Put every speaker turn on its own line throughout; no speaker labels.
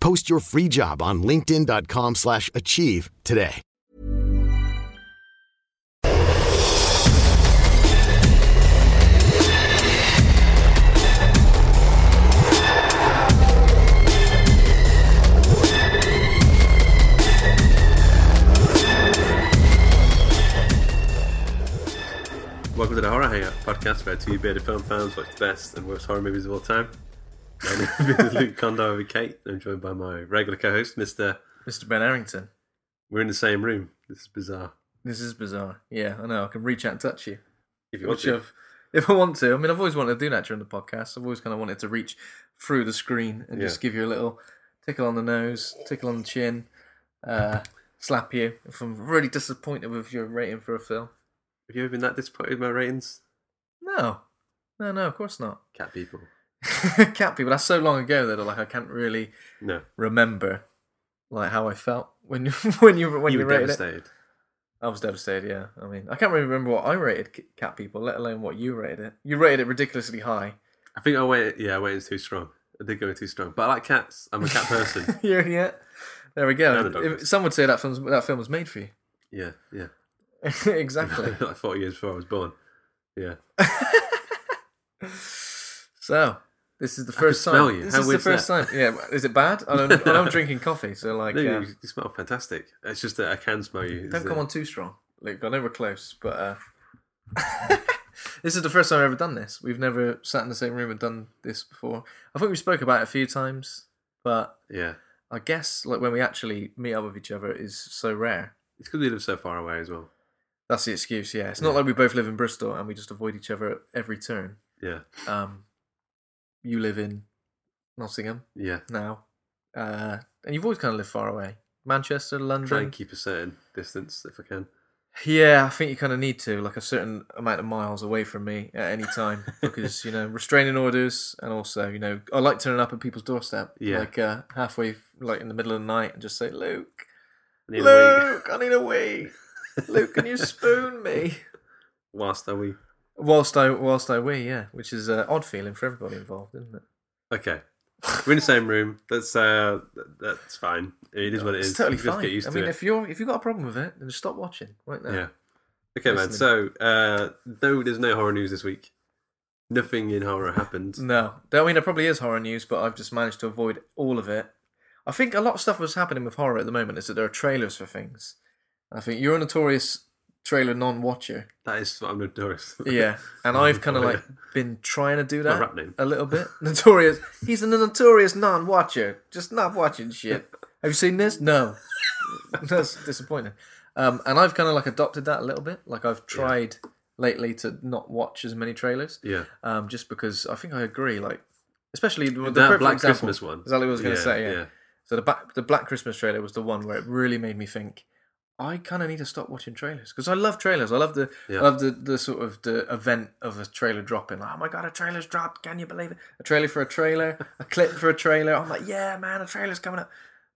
Post your free job on linkedin.com/achieve slash achieve today.
Welcome to the Horror Hangout podcast, where two bearded film fans watch the best and worst horror movies of all time. My name is Luke Condor with Kate. and I'm joined by my regular co-host, Mister.
Mr. Ben Arrington.
We're in the same room. This is bizarre.
This is bizarre. Yeah, I know. I can reach out and touch you.
If you want
Which
to,
I've, if I want to, I mean, I've always wanted to do that during the podcast. I've always kind of wanted to reach through the screen and just
Yeah.
give you a little tickle on the nose, tickle on the chin, uh, slap you if I'm really disappointed with your rating for a film.
have you ever been that disappointed with my ratings?
No, no, no, of course not.
Cat people.
Cat people, that's so long ago that like I can't really
No,
remember like how I felt when you when you when
you
you,
were
rated it.
devastated.
I was devastated. Yeah, I mean, I can't really remember what I rated Ki- Cat People, let alone what you rated it. You rated it ridiculously high.
I think I went. Yeah, I went in too strong. I did go in too strong. But I like cats. I'm a cat person.
You're an idiot. There we go.
No, no, no.
If- some would say that film that film was made for you.
yeah, yeah.
exactly.
like 40 years before I was born. Yeah.
so this is the
can
first time.
smell you.
This
How
is the
weird's
first
that?
time. Yeah, is it bad? I don't. well, I'm drinking coffee, so like,
no,
uh,
you, you smell fantastic. It's just that I can smell you. It's
don't
the-
come on too strong, Luke. I know we're close, but uh, this is the first time I've ever done this. We've never sat in the same room and done this before. I think we spoke about it a few times, but
Yeah.
I guess like when we actually meet up with each other is so rare.
It's because we live so far away as well.
That's the excuse, yeah. It's not like we both live in Bristol and we just avoid each other at every turn.
Yeah.
Um, you live in Nottingham
Yeah.
now, uh, and you've always kind of lived far away. Manchester,
Try and
London.
keep a certain distance if I can.
Yeah, I think you kind of need to, like a certain amount of miles away from me at any time because, you know, restraining orders and also, you know, I like turning up at people's doorstep.
Yeah.
Like uh, halfway, like in the middle of the night and just say, Luke,
I need a wee.
Luke, I need a wee. Luke, can you spoon me?
Whilst are we?
Whilst I whilst I wee, yeah, which is an odd feeling for everybody involved, isn't it?
Okay. We're in the same room. That's uh, th- that's fine. It is what it
it's
is.
totally
You just
fine.
Get used
I
to
mean,
it.
if uh, you're if you've got a problem with it, then just stop watching right now.
yeah. Okay, man. So
Listening.
uh, no, there's no horror news this week. Nothing in horror happened.
No, I mean, there probably is horror news, but I've just managed to avoid all of it. I think a lot of stuff was happening with horror at the moment is that there are trailers for things. I think you're a notorious trailer non-watcher.
That is what I'm notorious.
Yeah, and I've kind of like been trying to do
my
that
rap name.
a little bit. Notorious. He's a notorious non-watcher, just not watching shit. Have you seen this? No. That's disappointing. Um, and I've kind of like adopted that a little bit. Like I've tried lately to not watch as many trailers.
Yeah.
Um, just because I think I agree. Like, especially the, the
That
perfect
Black
example-
Christmas one.
Exactly what I was going
Yeah,
to say. Yeah.
yeah.
So the back, the Black Christmas trailer was the one where it really made me think. I kind of need to stop watching trailers because I love trailers. I love the
Yeah.
I love the, the sort of the event of a trailer dropping. Like, oh my god, a trailer's dropped! Can you believe it? A trailer for a trailer, a clip for a trailer. I'm like, yeah, man, a trailer's coming up.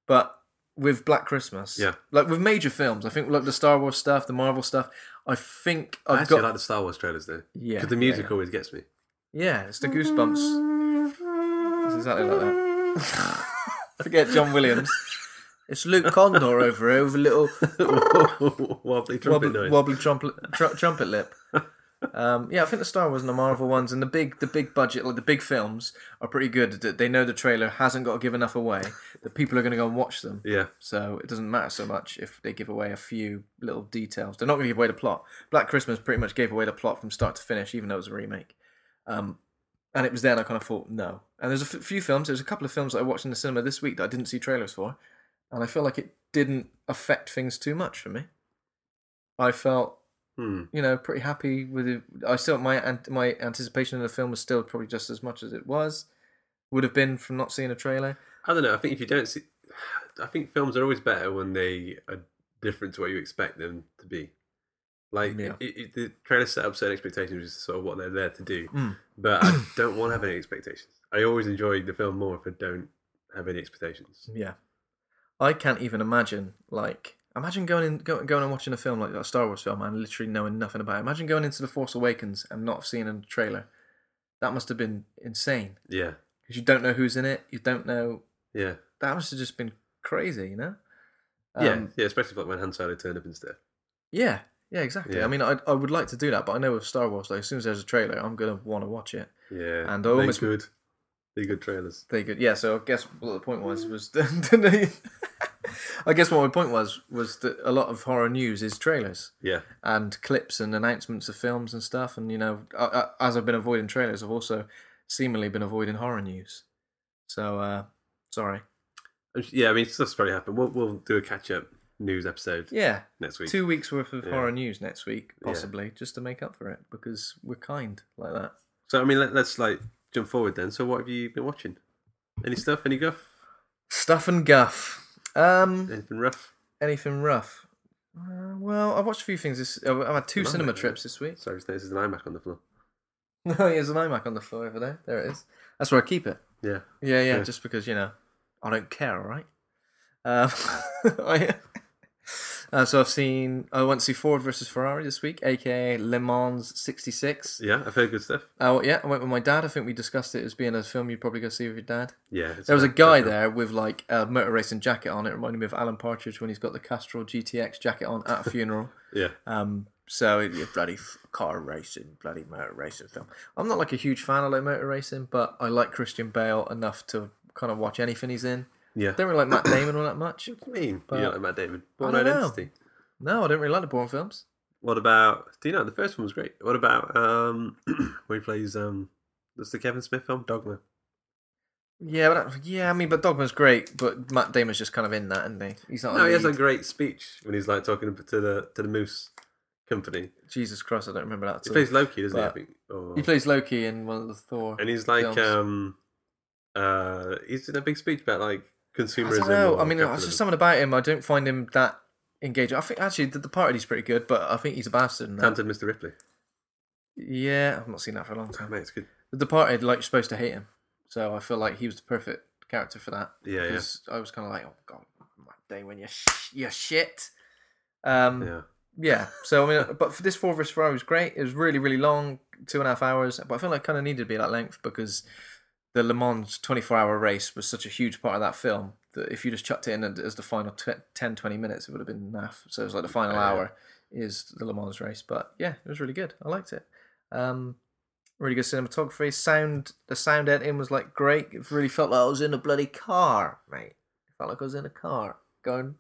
But with Black Christmas.
Yeah.
Like with major films, I think like the Star Wars stuff, the Marvel stuff. I think
I
I've
actually
got
like the Star Wars trailers though.
Yeah,
Because the
yeah,
music
yeah.
always gets me.
yeah, it's the goosebumps. It's exactly like that. Forget John Williams. It's Luke Condor over here with a little
Wobbly trumpet
wobbly,
noise.
wobbly trumpet, tr- trumpet lip. Um, yeah, I think the Star Wars and the Marvel ones and the big the big budget like the big films are pretty good. That they know the trailer hasn't got to give enough away that people are going to go and watch them.
Yeah.
So it doesn't matter so much if they give away a few little details. They're not going to give away the plot. Black Christmas pretty much gave away the plot from start to finish, even though it was a remake. Um, and it was then I kind of thought no. And there's a f- few films. There's a couple of films that I watched in the cinema this week that I didn't see trailers for, and I feel like it didn't affect things too much for me. I felt
Hmm.
you know, pretty happy with it. I still my an- my anticipation of the film was still probably just as much as it was would have been from not seeing a trailer.
I don't know. I think if you don't see, I think films are always better when they are different to what you expect them to be. Like
Yeah.
it, it, the trailer set up certain expectations, which is sort of what they're there to do.
Hmm.
But I don't want to have any expectations. I always enjoy the film more if I don't have any expectations.
Yeah, I can't even imagine like imagine going in go, going and watching a film like a Star Wars film and literally knowing nothing about it. Imagine going into the Force Awakens and not seeing a trailer. That must have been insane
Yeah,
because you don't know who's in it. You don't know.
yeah,
That must have just been crazy, you know.
yeah,
Um,
yeah. Especially like when Han Solo turned up instead.
Yeah, yeah, exactly.
Yeah.
I mean, I I would like to do that, but I know with Star Wars, like as soon as there's a trailer, I'm gonna want to watch it.
Yeah,
And
they
I almost-
good. They good trailers.
They could, yeah. So I guess what the point was was, that- I guess what my point was was that a lot of horror news is trailers
Yeah,
and clips and announcements of films and stuff. And you know, I, I, as I've been avoiding trailers, I've also seemingly been avoiding horror news. So uh sorry.
And yeah. I mean, stuff's probably happened. We'll we'll do a catch up news episode
Yeah,
next week.
two weeks worth of
Yeah.
horror news next week,
Yeah.
possibly, just to make up for it because we're kind like that.
So I mean, let, let's like jump forward then. So what have you been watching? Any stuff? Any guff?
Stuff and guff. Um,
Anything rough?
anything rough? Uh, well, I've watched a few things. This I've I've had two
Blimey.
cinema trips this week.
Sorry, there's an iMac on the floor.
No, there's an iMac on the floor over there. There it is. That's where I keep it.
Yeah.
Yeah, yeah.
Yeah.
Just because you know, I don't care. All right. Um, I- uh, so I've seen. I went to see Ford versus Ferrari this week, aka Le Mans '66. Yeah.
Yeah, I've heard good stuff.
Uh, yeah, I went with my dad. I think we discussed it as being a film you'd probably go see with your dad.
Yeah. it's
There was a
about-
guy
about-
there with like a motor racing jacket on. It reminded me of Alan Partridge when he's got the Castrol GTX jacket on at a funeral.
Yeah.
Um, so it- yeah, bloody f- car racing, bloody motor racing film. I'm not like a huge fan of like motor racing, but I like Christian Bale enough to kind of watch anything he's in.
Yeah.
I don't really like Matt Damon all that much.
What do you mean?
But-
you like Matt Damon? Born
don't know.
Identity.
No, I don't really like the Bourne films.
What about? Do you know the first one was great? What about um where he plays um? That's the Kevin Smith film Dogma.
Yeah, but I- yeah, I mean, but Dogma's great, but Matt Damon's just kind of in that, isn't he? He's not.
No, he has a
like
great speech when he's like talking to the to the Moose Company.
Jesus Christ, I don't remember that. At
He
all.
plays Loki, doesn't he? I
But-
think. Or-
He plays Loki in one of the Thor.
and he's like
films.
um uh he's in a big speech about like
I
consumerism
don't know.
or
I mean, it's
capitalism.
just something about him. I don't find him that engaging. I think actually the, the party's pretty good, but I think he's a bastard. In that.
talented mr ripley
Yeah, I've not seen that for a long time.
mate it's good
The Departed, like, you're supposed to hate him, so I feel like he was the perfect character for that.
Yeah, yeah.
'Cause I was kind of like, oh god, my day when you sh- you shit. Um, yeah.
yeah
So I mean, but for this four versus Ferrari was great. It was really, really long, two and a half hours. But I feel like kind of needed to be that length because the Le Mans 24 hour race was such a huge part of that film that if you just chucked it in as the final tw 10, 20 minutes, it would have been enough. So it was like the final
Yeah.
hour is the Le Mans race. But yeah, it was really good. I liked it. Um, really good cinematography. Sound, the sound editing was like great. It really felt like I was in a bloody car, mate. It felt like I was in a car going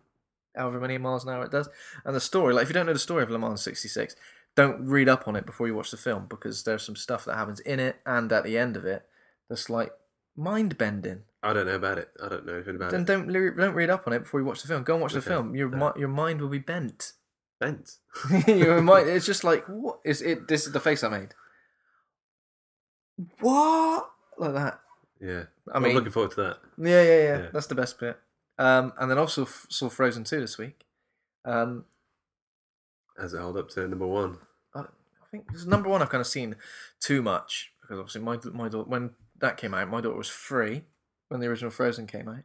however many miles an hour it does. And the story, like if you don't know the story of Le Mans 66, don't read up on it before you watch the film because there's some stuff that happens in it and at the end of it that's like mind bending.
i don't know about it i don't know anything about
Then
it
don't le- don't read up on it before you watch the film. Go and watch the
Okay,
film. Your
yeah.
mi- your mind will be bent.
bent
your mind. It's just like what is it? This is the face I made. What like that?
yeah
I
i
mean-
am looking forward to that
Yeah, yeah, yeah.
Yeah.
That's the best bit. Um, and then also f- saw Frozen two this week. Um,
as it hold up to number one
I I think this is number one I've kind of seen too much because obviously my my daughter when that came out, my daughter was three when the original Frozen came out.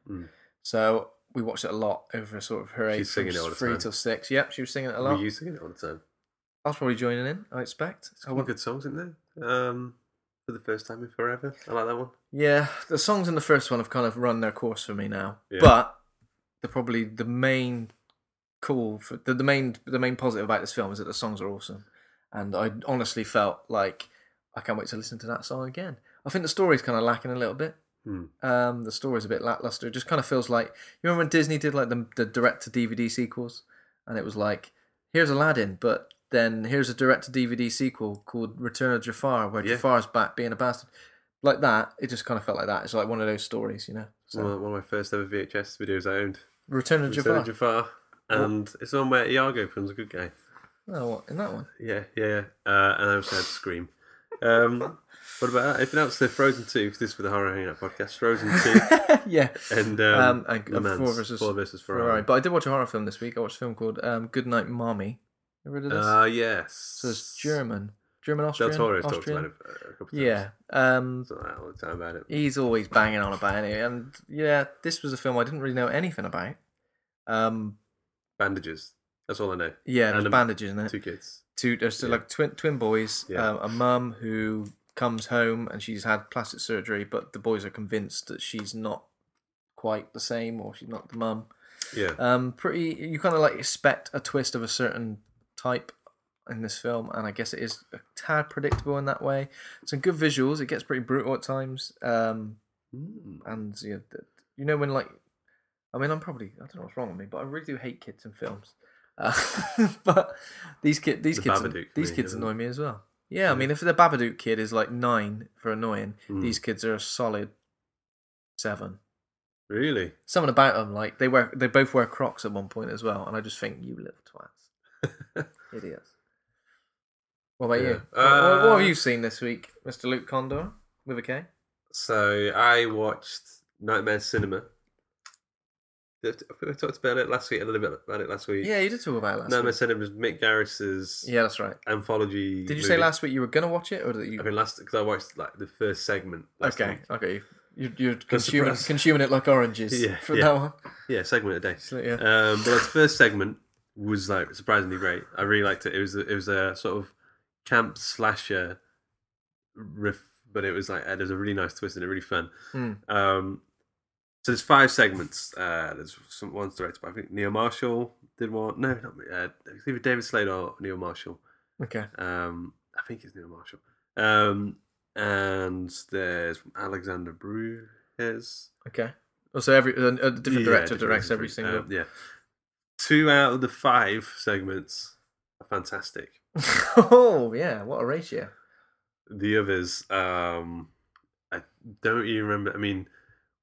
So we watched it a lot over sort of her age.
Mm. She's singing
from
it all the
three
time.
till six. Yep, she was singing it a
Were
lot.
you singing it all the time?
I was probably joining in. I expect. I
What
wouldn't-
good songs in there? Um, for the first time in forever. I like that one.
Yeah, the songs in the first one have kind of run their course for me now.
Yeah.
But the probably the main cool for the, the main the main positive about this film is that the songs are awesome. And I honestly felt like I can't wait to listen to that song again. I think the story's kind of lacking a little bit.
Hmm.
Um, the story's a bit lackluster. It just kind of feels like you remember when Disney did like the, the direct to DVD sequels, and it was like here's Aladdin, but then here's a direct to DVD sequel called Return of Jafar, where
Yeah.
Jafar's back being a bastard. Like that, it just kind of felt like that. It's like one of those stories, you know. So,
One, of, one of my first ever VHS videos I owned.
Return of
Return
Jafar.
of Jafar. And it's on where Iago becomes a good guy.
Oh, what, in that one.
Yeah, yeah, yeah. Uh, and I also had Scream. Um, what about that? If you announce the Frozen 2, because this is for the Horror Hangout podcast, Frozen 2
yeah.
and,
Um,
um,
and
Le Mans,
four versus
Ford versus
Ferrari.
Ferrari.
But I did watch a horror film this week. I watched a film called um, Goodnight Mommy. You rid of this?
Uh, yes.
so it's German, German Austrian.
Del Toro's talked
Austrian?
about it uh, a couple of times.
Yeah. Um,
He's done that all the time about it.
he's always banging on about it. And yeah, this was a film I didn't really know anything about. Um,
Bandages. That's all I know.
yeah,
And
there's
a-
bandages in it.
Two kids.
Two, there's still
Yeah.
like twin twin boys.
Yeah.
Um, a mum who comes home and she's had plastic surgery, but the boys are convinced that she's not quite the same, or she's not the mum.
Yeah.
Um, pretty. You kind of like expect a twist of a certain type in this film, and I guess it is a tad predictable in that way. Some good visuals. It gets pretty brutal at times. Um,
Hmm.
and you know, th- you know when like, I mean, I'm probably I don't know what's wrong with me, but I really do hate kids in films. Uh, but these kid, these
The
kids,
Babadook for
these
me,
kids
isn't
annoy me as well. Yeah, I mean, if the Babadook kid is like nine for annoying,
Hmm.
these kids are a solid seven
really?
something about them like they wear they both wear crocs at one point as well and i just think you little twats idiots what about
Yeah.
you What- what, what
Uh,
have you seen this week mr luke condor with a k
So I watched Nightmare Cinema. I think we talked about it last week, a little bit about it last week.
yeah you did talk about it last
Nightmare
week
Cinema was Mick Garris's
yeah that's right
anthology.
did you
movie.
say last week you were gonna watch it or that you
I mean, last because I watched like the first segment. Last
okay
week.
okay you're, you're consuming,
surprised.
consuming it like oranges
Yeah,
from
yeah.
that one
Yeah, segment a day.
So, yeah.
Um, but like, the first segment was like surprisingly great. I really liked it. It was a, it was a sort of camp slasher riff, but it was like uh, there was a really nice twist and it really fun.
Hmm.
Um, so there's five segments. Uh, there's some ones directed by I think Neil Marshall did one. No, not me. Uh, it's either David Slade or Neil Marshall.
okay
Um, I think it's Neil Marshall. Um, and there's Alexander Bruges.
okay also every uh, a, a different
Yeah,
director
different
directs every
director.
single
Um, yeah. Two out of the five segments are fantastic.
oh yeah what a ratio
The others, um, I don't even remember. I mean,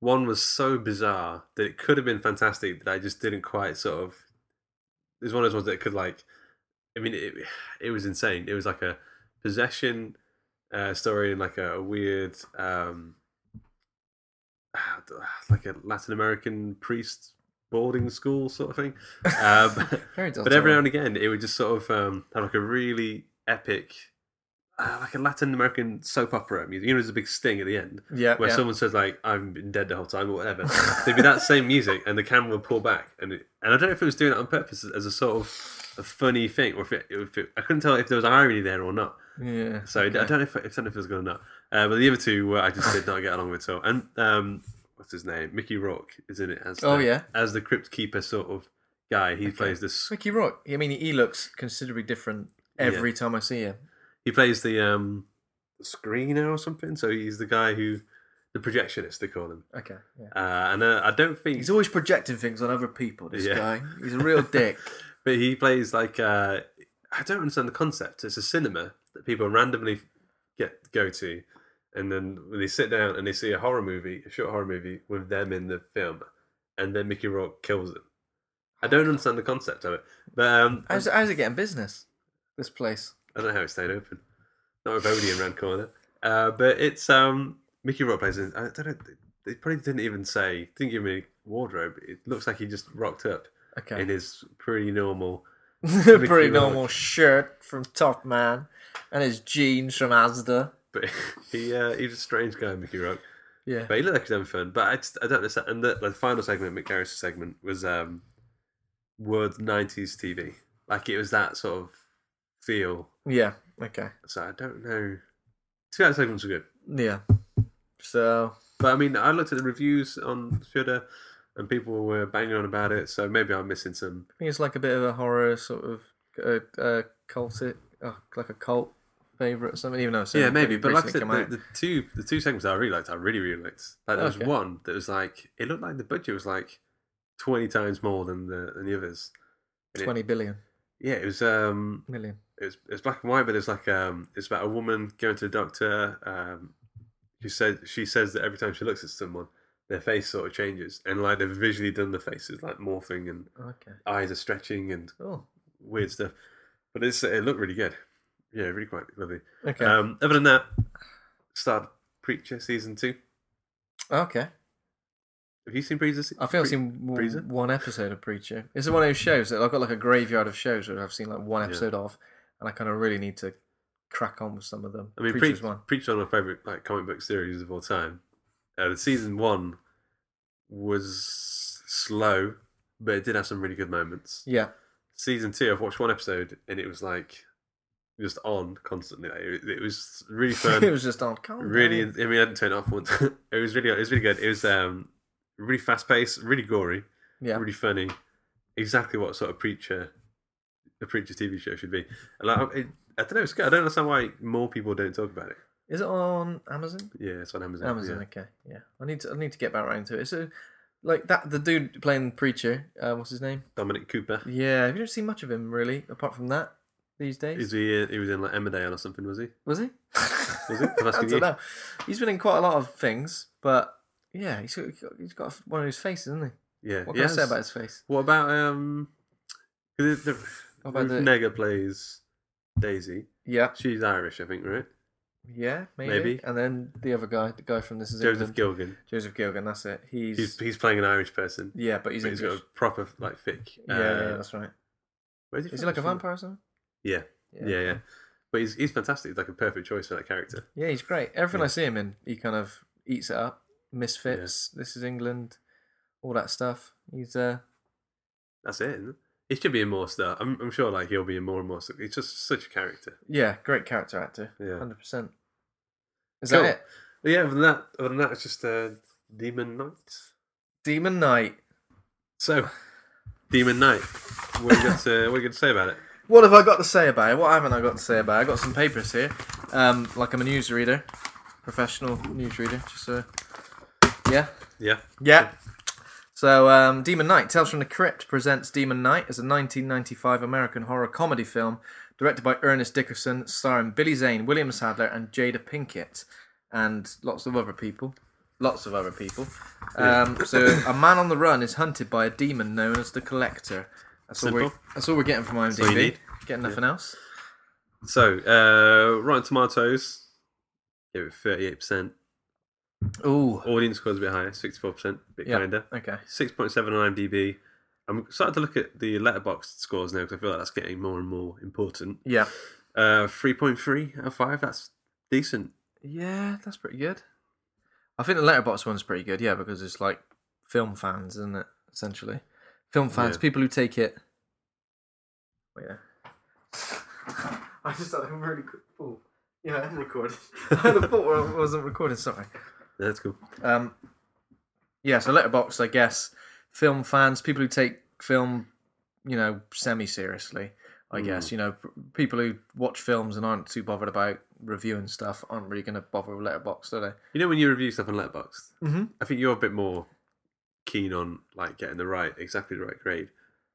one was so bizarre that it could have been fantastic that I just didn't quite sort of. It's one of those ones that could like. I mean, it it was insane. It was like a possession uh, story and like a, weird, um, ah, like a Latin American priest boarding school sort of thing. Um,
Very
but every
Del
now and again, it would just sort of um, have like a really epic, uh, like a Latin American soap opera music. You know, there's a big sting at the end
Yeah,
where
yeah.
someone says like, "I've been dead the whole time" or whatever. There'd be that same music, and the camera would pull back, and it, and I don't know if it was doing it on purpose as, as a sort of a funny thing, or if, it, if it, I couldn't tell if there was irony there or not.
yeah
So I don't know if I don't know if it was good or not. Uh, but the other two, were, I just did not get along with at all. And um, what's his name? Mickey Rourke is in it as
Oh,
the,
yeah.
as the crypt keeper sort of guy. He plays this
Ricky Rock. I mean, he looks considerably different every time I see him.
he plays the um screener or something. So he's the guy who the projectionist they call him.
Okay. Yeah.
Uh, and uh, I don't think
He's always projecting things on other people, this
Yeah.
guy. He's a real dick.
but he plays like uh, I don't understand the concept. It's a cinema that people randomly get go to, and then when they sit down and they see a horror movie, a short horror movie with them in the film, and then Mickey Rourke kills them. I don't understand the concept of it, but um, I
How's, how's it getting business? This place.
don't know how it stayed open. Not with Odeon round corner, uh, but it's um, Mickey Rourke plays. In, I don't know. They probably didn't even say. Didn't give him any wardrobe. It looks like he just rocked up
Okay.
in his pretty normal.
Pretty
Ricky
normal
Rock.
shirt from Top Man and his jeans from Asda.
But he uh, he's a strange guy, Mickey Rock.
Yeah.
But he looked like his own fun. But I, just, I don't understand. And the, the final segment, Mick Garris' segment, was um, word nineties TV. Like it was that sort of feel.
Yeah. Okay.
So I don't know. Two out segments were good.
Yeah. So
But I mean, I looked at the reviews on Shudder, and people were banging on about it. So maybe I'm missing some.
I think it's like a bit of a horror sort of uh, uh, cult, uh, like a cult favorite or something. Even though it's
yeah,
only
maybe. But like I said,
recently
the,
come out. Oh,
the two the two segments that I really liked, I really really liked. Like there was
Okay.
one that was like it looked like the budget was like twenty times more than the than the others. And it-
twenty billion
Yeah, it was um
million.
it was, it was black and white, but it's like um it's about a woman going to the doctor. Um, who said she says that every time she looks at someone, their face sort of changes, and like they've visually done the faces like morphing and
Okay.
eyes are stretching and
Oh.
weird stuff. But it's it looked really good. Yeah, really quite lovely.
Okay.
Um, other than that, start Preacher season two.
Okay.
Have you seen Preacher? se-
I think I've
Pre-
seen w-
Preacher?
one episode of Preacher. It's one of those shows that I've got like a graveyard of shows that I've seen like one episode of, and I kind of really need to crack on with some of them.
I mean,
Preacher's
Preacher's
one.
Preacher's one of my favorite like comic book series of all time. Uh, the season one was slow, but it did have some really good moments.
Yeah.
Season two, I've watched one episode, and it was like just on constantly. Like, it, it was really fun.
it was just on. Calm
really. I
down.
mean, I didn't turn it off once. it was really. It was really good. It was um really fast paced, really gory,
Yeah.
really funny. Exactly what sort of preacher a preacher TV show should be. And like, it, I don't know. It's good. I don't understand why more people don't talk about it.
Is it on Amazon?
Yeah, it's on Amazon.
Amazon.
yeah.
Okay. Yeah. I need to. I need to get back around to it. So, like that, the dude playing Preacher. Um, what's his name?
Dominic Cooper.
Yeah. Have you not seen much of him really, apart from that these days?
Is he? uh, He was in like Emmerdale or something, was he?
Was he?
Was he? I'm
I
asking
don't
you.
know. He's been in quite a lot of things, but yeah, he's got, he's got one of his faces, isn't he?
Yeah.
What
he
can I say
has.
about his face?
What about um? 'cause The, the,
What about
Ruth
the-
Negga plays Daisy.
Yeah,
She's Irish, I think, right?
yeah, maybe.
Maybe.
And then the other guy, the guy from This Is
Joseph
England,
Gilgan.
Joseph Gilgan. That's it. He's,
He's he's playing an Irish person.
yeah, but he's
But he's
English.
got a proper like thick. uh,
yeah, yeah, that's right.
Where's
Is he
from?
like a
He's from-
vampire or something?
Yeah.
Yeah,
Yeah, yeah.
okay.
But he's he's fantastic. He's like a perfect choice for that character.
Yeah, he's great. Everything I see him in, he kind of eats it up. Misfits, This Is England, all that stuff. He's uh,
That's it. Isn't it? He should be in more stuff. I'm I'm sure like he'll be in more and more stuff. He's just such a character.
yeah, great character actor.
Yeah.
hundred percent. Is
Cool.
that it?
But yeah. Other than that, other than that, it's just uh, Demon Knight.
Demon Knight.
So, Demon Knight. What are you going to what are you going to say about it?
What have I got to say about it? What haven't I got to say about it? I got some papers here. Um, like I'm a newsreader, professional newsreader. Just so, yeah,
Yeah.
yeah. So, um, Demon Knight: Tales from the Crypt presents Demon Knight as a 1995 American horror comedy film directed by Ernest Dickerson, starring Billy Zane, William Sadler, and Jada Pinkett, and lots of other people. Lots of other people. Um, so, a man on the run is hunted by a demon known as the Collector. That's all, we're,
Simple.
that's all we're getting from IMDb.
all you need.
Getting nothing else.
So, uh, Rotten Tomatoes gave it thirty eight percent.
Ooh.
Audience scores a bit higher, sixty four percent, a bit
Yeah.
kinder.
Okay.
Six point seven on IMDb. I'm starting to look at the letterbox scores now because I feel like that's getting more and more important.
Yeah.
Uh, three point three out of five. That's decent.
Yeah, that's pretty good. I think the letterbox one's pretty good, yeah, because it's like film fans, isn't it? Essentially, film fans,
Yeah.
people who take it. Wait there. I just had a really quick. Oh, yeah, I'm recording. I had a thought I wasn't recording. Sorry.
That's cool.
Um, yeah, so letterbox, I guess, film fans, people who take film, you know, semi seriously. I guess you know p- people who watch films and aren't too bothered about reviewing stuff aren't really going to bother with letterbox, do they?
You know when you review stuff on Letterboxd,
Mhm.
I think you're a bit more keen on like getting the right, exactly the right grade.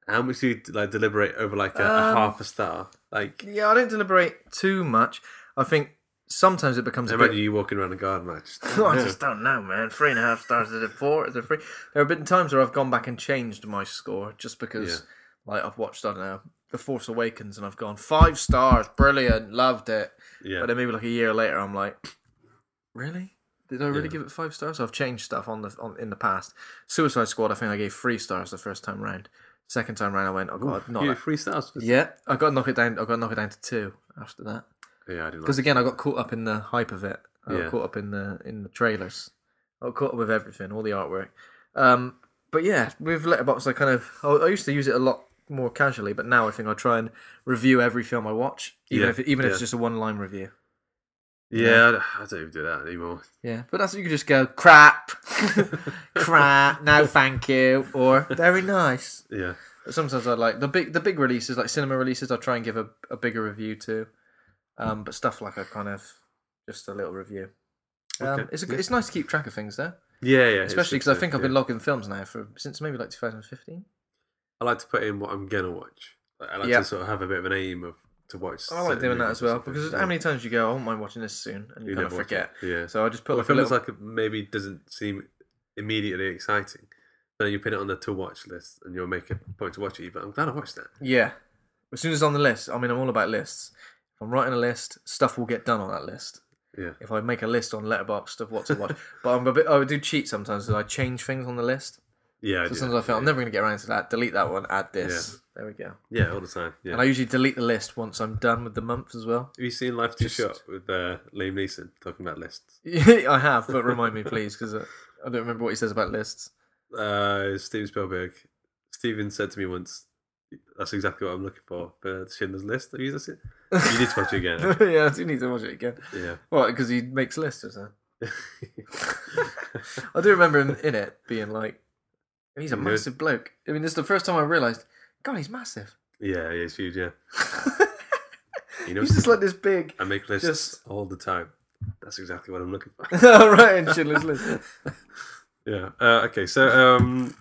How much do you like deliberate over like a, a half a star? Like
Um, Yeah, I don't deliberate too much. I think sometimes it becomes a
imagine
bit. Oh,
you walking around a garden like just,
I just don't know, man. Three and a half stars is it four? Is it three? There have been times where I've gone back and changed my score just because, like, I've watched I don't know The Force Awakens and I've gone five stars, brilliant, loved it.
yeah.
But then maybe like a year later, I'm like, really? Did I really
Yeah.
give it five stars? I've changed stuff on the on, in the past. Suicide Squad, I think I gave three stars the first time round. Second time round, I went, oh god, not
you
that.
three stars.
Yeah, I got to knock it down. I got to knock it down to two after that
yeah, I didn't.
because
Like
again, I got caught up in the hype of it. I
Yeah.
got caught up in the in the trailers. I caught up with everything, all the artwork. Um, but yeah, with Letterbox, I kind of I, I used to use it a lot more casually, but now I think I try and review every film I watch, even
Yeah,
if it, even if it's
yeah.
just a one line review.
Yeah, I don't- I don't even do that anymore.
Yeah, but that's you could just go crap, crap, no thank you, or very nice.
Yeah,
But sometimes I like the big the big releases like cinema releases. I try and give a, a bigger review to, um, but stuff like I kind of just a little review. Um,
Okay,
It's a, it's nice to keep track of things though,
yeah, yeah. it's
especially
just
because I
a-
think I've been
yeah.
logging films now for since maybe like 2015.
I like to put in what I'm gonna watch. Like, I like
Yeah.
to sort of have a bit of an aim of to watch.
I like
certain
doing that
movies
as
or
well
something.
because
Yeah.
how many times you go, I don't mind watching this soon, and you,
You
kind of
never watch
forget.
it, yeah.
So I just put
Well,
like
if
a
it looks
little.
like it maybe doesn't seem immediately exciting, but then you pin it on the to watch list and you'll make a point to watch it. But I'm glad I watched that.
Yeah. As soon as it's on the list, I mean, I'm all about lists. If I'm writing a list, stuff will get done on that list.
Yeah.
If I make a list on Letterboxd of what to watch, but I'm a bit, I do cheat sometimes. So I change things on the list.
Yeah, I
So
do.
sometimes I feel I'm never going to get around to that. Delete that one. Add this. There we go.
yeah, all the time. Yeah.
And I usually delete the list once I'm done with the month as well.
Have you seen Life Too
Just-
Short with uh, Liam Neeson talking about lists?
I have, but remind me, please, because I don't remember what he says about lists.
Uh, Steven Spielberg. Steven said to me once, "That's exactly what I'm looking for for Schindler's List." Have you seen it? You need to watch it again.
yeah, I do need to watch it again.
Yeah.
What? Because he makes lists or something. I do remember him in it being like, he's a
Yeah.
massive bloke. I mean, it's the first time I realised, God, he's massive.
yeah, yeah, it's huge. Yeah. You know,
he's just like this big.
I make lists
just-
all the time. That's exactly what I'm looking for.
All right, and Schindler's List.
Yeah. Uh, okay. So, um,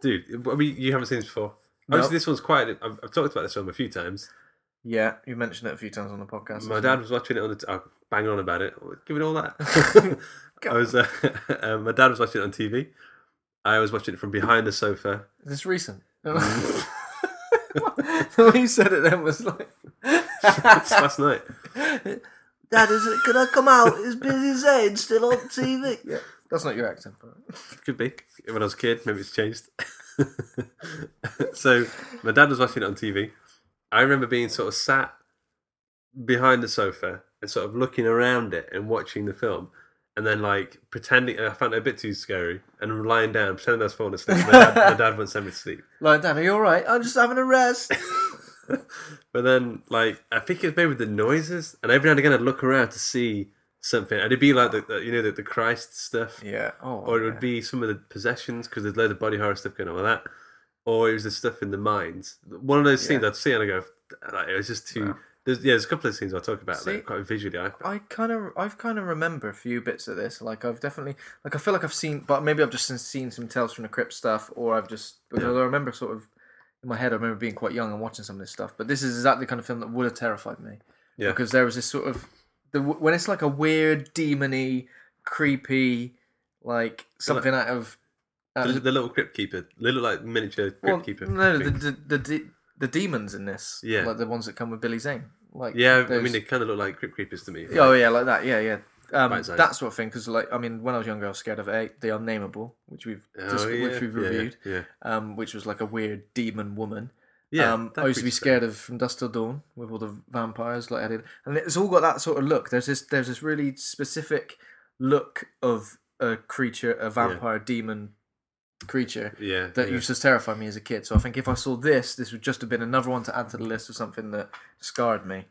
dude, I mean, you haven't seen this before. Obviously, this one's quite. I've, I've talked about this film a few times.
Yeah, you mentioned it a few times on the podcast.
My
haven't
dad was watching it on the. T- oh, banging on about it. Give it all that. I was. Uh, um, my dad was watching it on TV. I was watching it from behind the sofa.
you? Is this recent? the way you said it then was like,
It's last night.
Dad, is it, can I come out? Is Busy Zane still on TV? Yeah, that's not your accent. But...
Could be. When I was a kid, maybe it's changed. so my dad was watching it on TV. I remember being sort of sat behind the sofa and sort of looking around it and watching the film. And then, like, pretending I found it a bit too scary and lying down, pretending I was falling asleep. My dad, my dad wouldn't send me to sleep.
Like, Dad, are you all right? I'm just having a rest.
But then, like, I think it was maybe the noises. And every now and again, I'd look around to see something. And it'd be like, the, the, you know, the, the Christ stuff.
yeah. Oh,
or it would
yeah.
be some of the possessions because there's loads of body horror stuff going on with that, or it was the stuff in the mines. One of those scenes I'd see and I go, like, it was just too. There's, yeah, there's a couple of scenes I'll talk about
See?
that quite visually. I,
I kind of, I've kind of remember a few bits of this. Like I've definitely, like I feel like I've seen, but maybe I've just seen some Tales from the Crypt stuff, or I've just because I remember sort of in my head. I remember being quite young and watching some of this stuff. But this is exactly the kind of film that would have terrified me.
Yeah.
Because there was this sort of the when it's like a weird, demony, creepy, like something out of
the, the little crypt keeper, little like miniature crypt
Um, well,
keeper.
no, the
things.
the, the de- the demons in this,
Yeah.
like the ones that come with Billy Zane, like
yeah, I
those-
mean they kind of look like crypt creepers to me.
Oh yeah, like that. Yeah, yeah. Um,
Right, so-
that sort of thing. Because like, I mean, when I was younger, I was scared of a, the unnameable, which we've
Oh,
dis-
yeah,
which we've
yeah, yeah,
reviewed,
yeah.
Um, which was like a weird demon woman.
Yeah,
um,
that
I used to be
creepy stuff.
scared of From Dusk Till Dawn with all the vampires, like I did, and it's all got that sort of look. There's this, there's this really specific look of a creature, a vampire demon creature,
Yeah,
that
yeah.
used to terrify me as a kid. So I think if I saw this, this would just have been another one to add to the list of something that scarred me.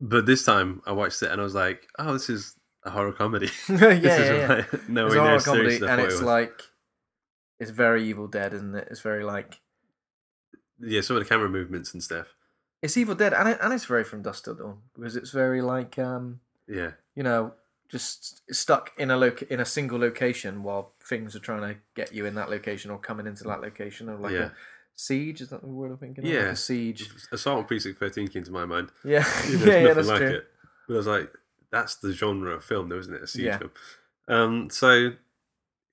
But this time I watched it and I was like, oh, this is a horror comedy.
yeah, yeah,
is
yeah.
like- no,
it's
we know
a horror
it's serious
comedy,
stuff,
and
what it
it's
was.
like it's very Evil Dead, isn't it? It's very like
yeah, some of the camera movements and stuff.
it's Evil Dead, and it, and it's very From Dust Till Dawn because it's very like um
Yeah,
you know just stuck in a loc in a single location while things are trying to get you in that location or coming into that location or like
Yeah.
a siege. Is that the word I'm thinking? of?
yeah.
like a siege.
Assault on Precinct 13 came to my mind.
Yeah,
you know,
yeah, yeah,
there's
that's
nothing
true.
like it. But I was like, that's the genre of film, though, isn't it? A siege
Yeah.
film. Um, so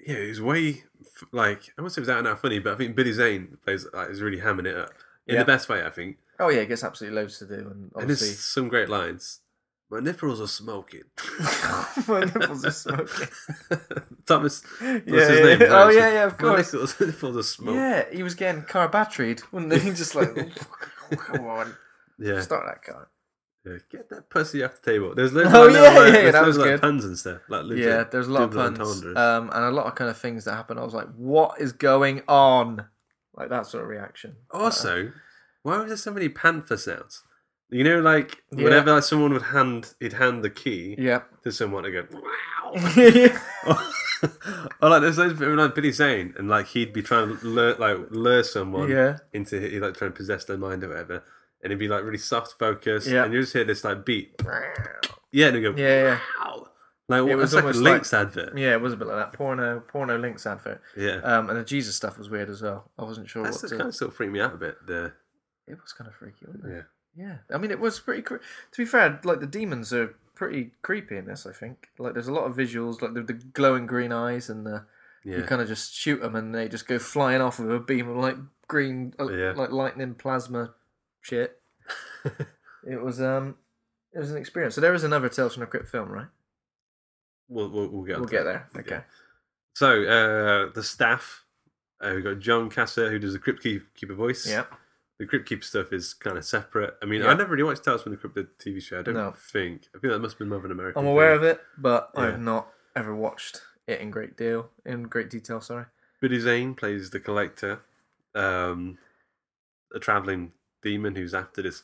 yeah, it was way f- like I must say it was out and out funny, but I think Billy Zane plays like is really hamming it up in
Yeah.
the best way, I think.
Oh yeah, it gets absolutely loads to do, and
And there's
obviously
some great lines. My nipples are smoking.
my nipples are smoking.
Thomas, what's
Yeah,
his
yeah.
name?
Oh,
Thomas.
yeah, yeah, of
My
course.
nipples, nipples are smoking. Yeah.
Yeah, he was "Oh, getting car batteried, wasn't he? Just like, come on, start that car.
Yeah, Get that pussy off the table. There's loads
Oh,
of
yeah,
little, like,
yeah,
there's
that
loads
was
of, like,
good.
puns and stuff. Like, legit
yeah, there's a lot of
double
puns
entendres.
um, and a lot of kind of things that happen. I was like, "What is going on?" Like that sort of reaction. Uh,
Also, why was there so many panther sounds? You know, like whenever like, someone would hand, he'd hand the key
Yeah.
to someone and go, wow.
yeah,
or like there's those people like Billy Zane, and like he'd be trying to lure, like lure someone
Yeah.
into he like trying to possess their mind or whatever, and it'd be like really soft focused,
Yeah.
and you just hear this like beat, yeah, and you go,
yeah,
wow, like what, it's
was
like a
almost
Lynx
like-
advert,
yeah. It was a bit like that porno, porno links advert.
yeah.
Um, and the Jesus stuff was weird as well. I wasn't sure
That's
what
what
to.
kind of sort of freaked me out a bit. The
It was kind of freaky, wasn't it?
yeah,
Yeah, I mean, it was pretty. Cre- to be fair, like the demons are pretty creepy in this. I think like there's a lot of visuals, like the, the glowing green eyes, and the you
Yeah.
kind of just shoot them, and they just go flying off with a beam of like green, uh,
Yeah.
like lightning plasma shit. it was um, it was an experience. So there is another Tales from the Crypt film, right?
we'll we'll, we'll get
we'll
onto
get
it.
there.
Yeah.
Okay.
So uh, the staff, uh, we've got John Casser who does the Crypt Keep- Keeper voice.
Yeah.
the Crypt Keep stuff is kind of separate. I mean,
Yeah.
I never really watched Tales from the Crypt, the TV show. I don't
No.
think. I think that must have been more of an American.
I'm aware
thing.
of it, but
Yeah.
I've not ever watched it in great deal, in great detail. Sorry.
Billy Zane plays the collector, um, a traveling demon who's after this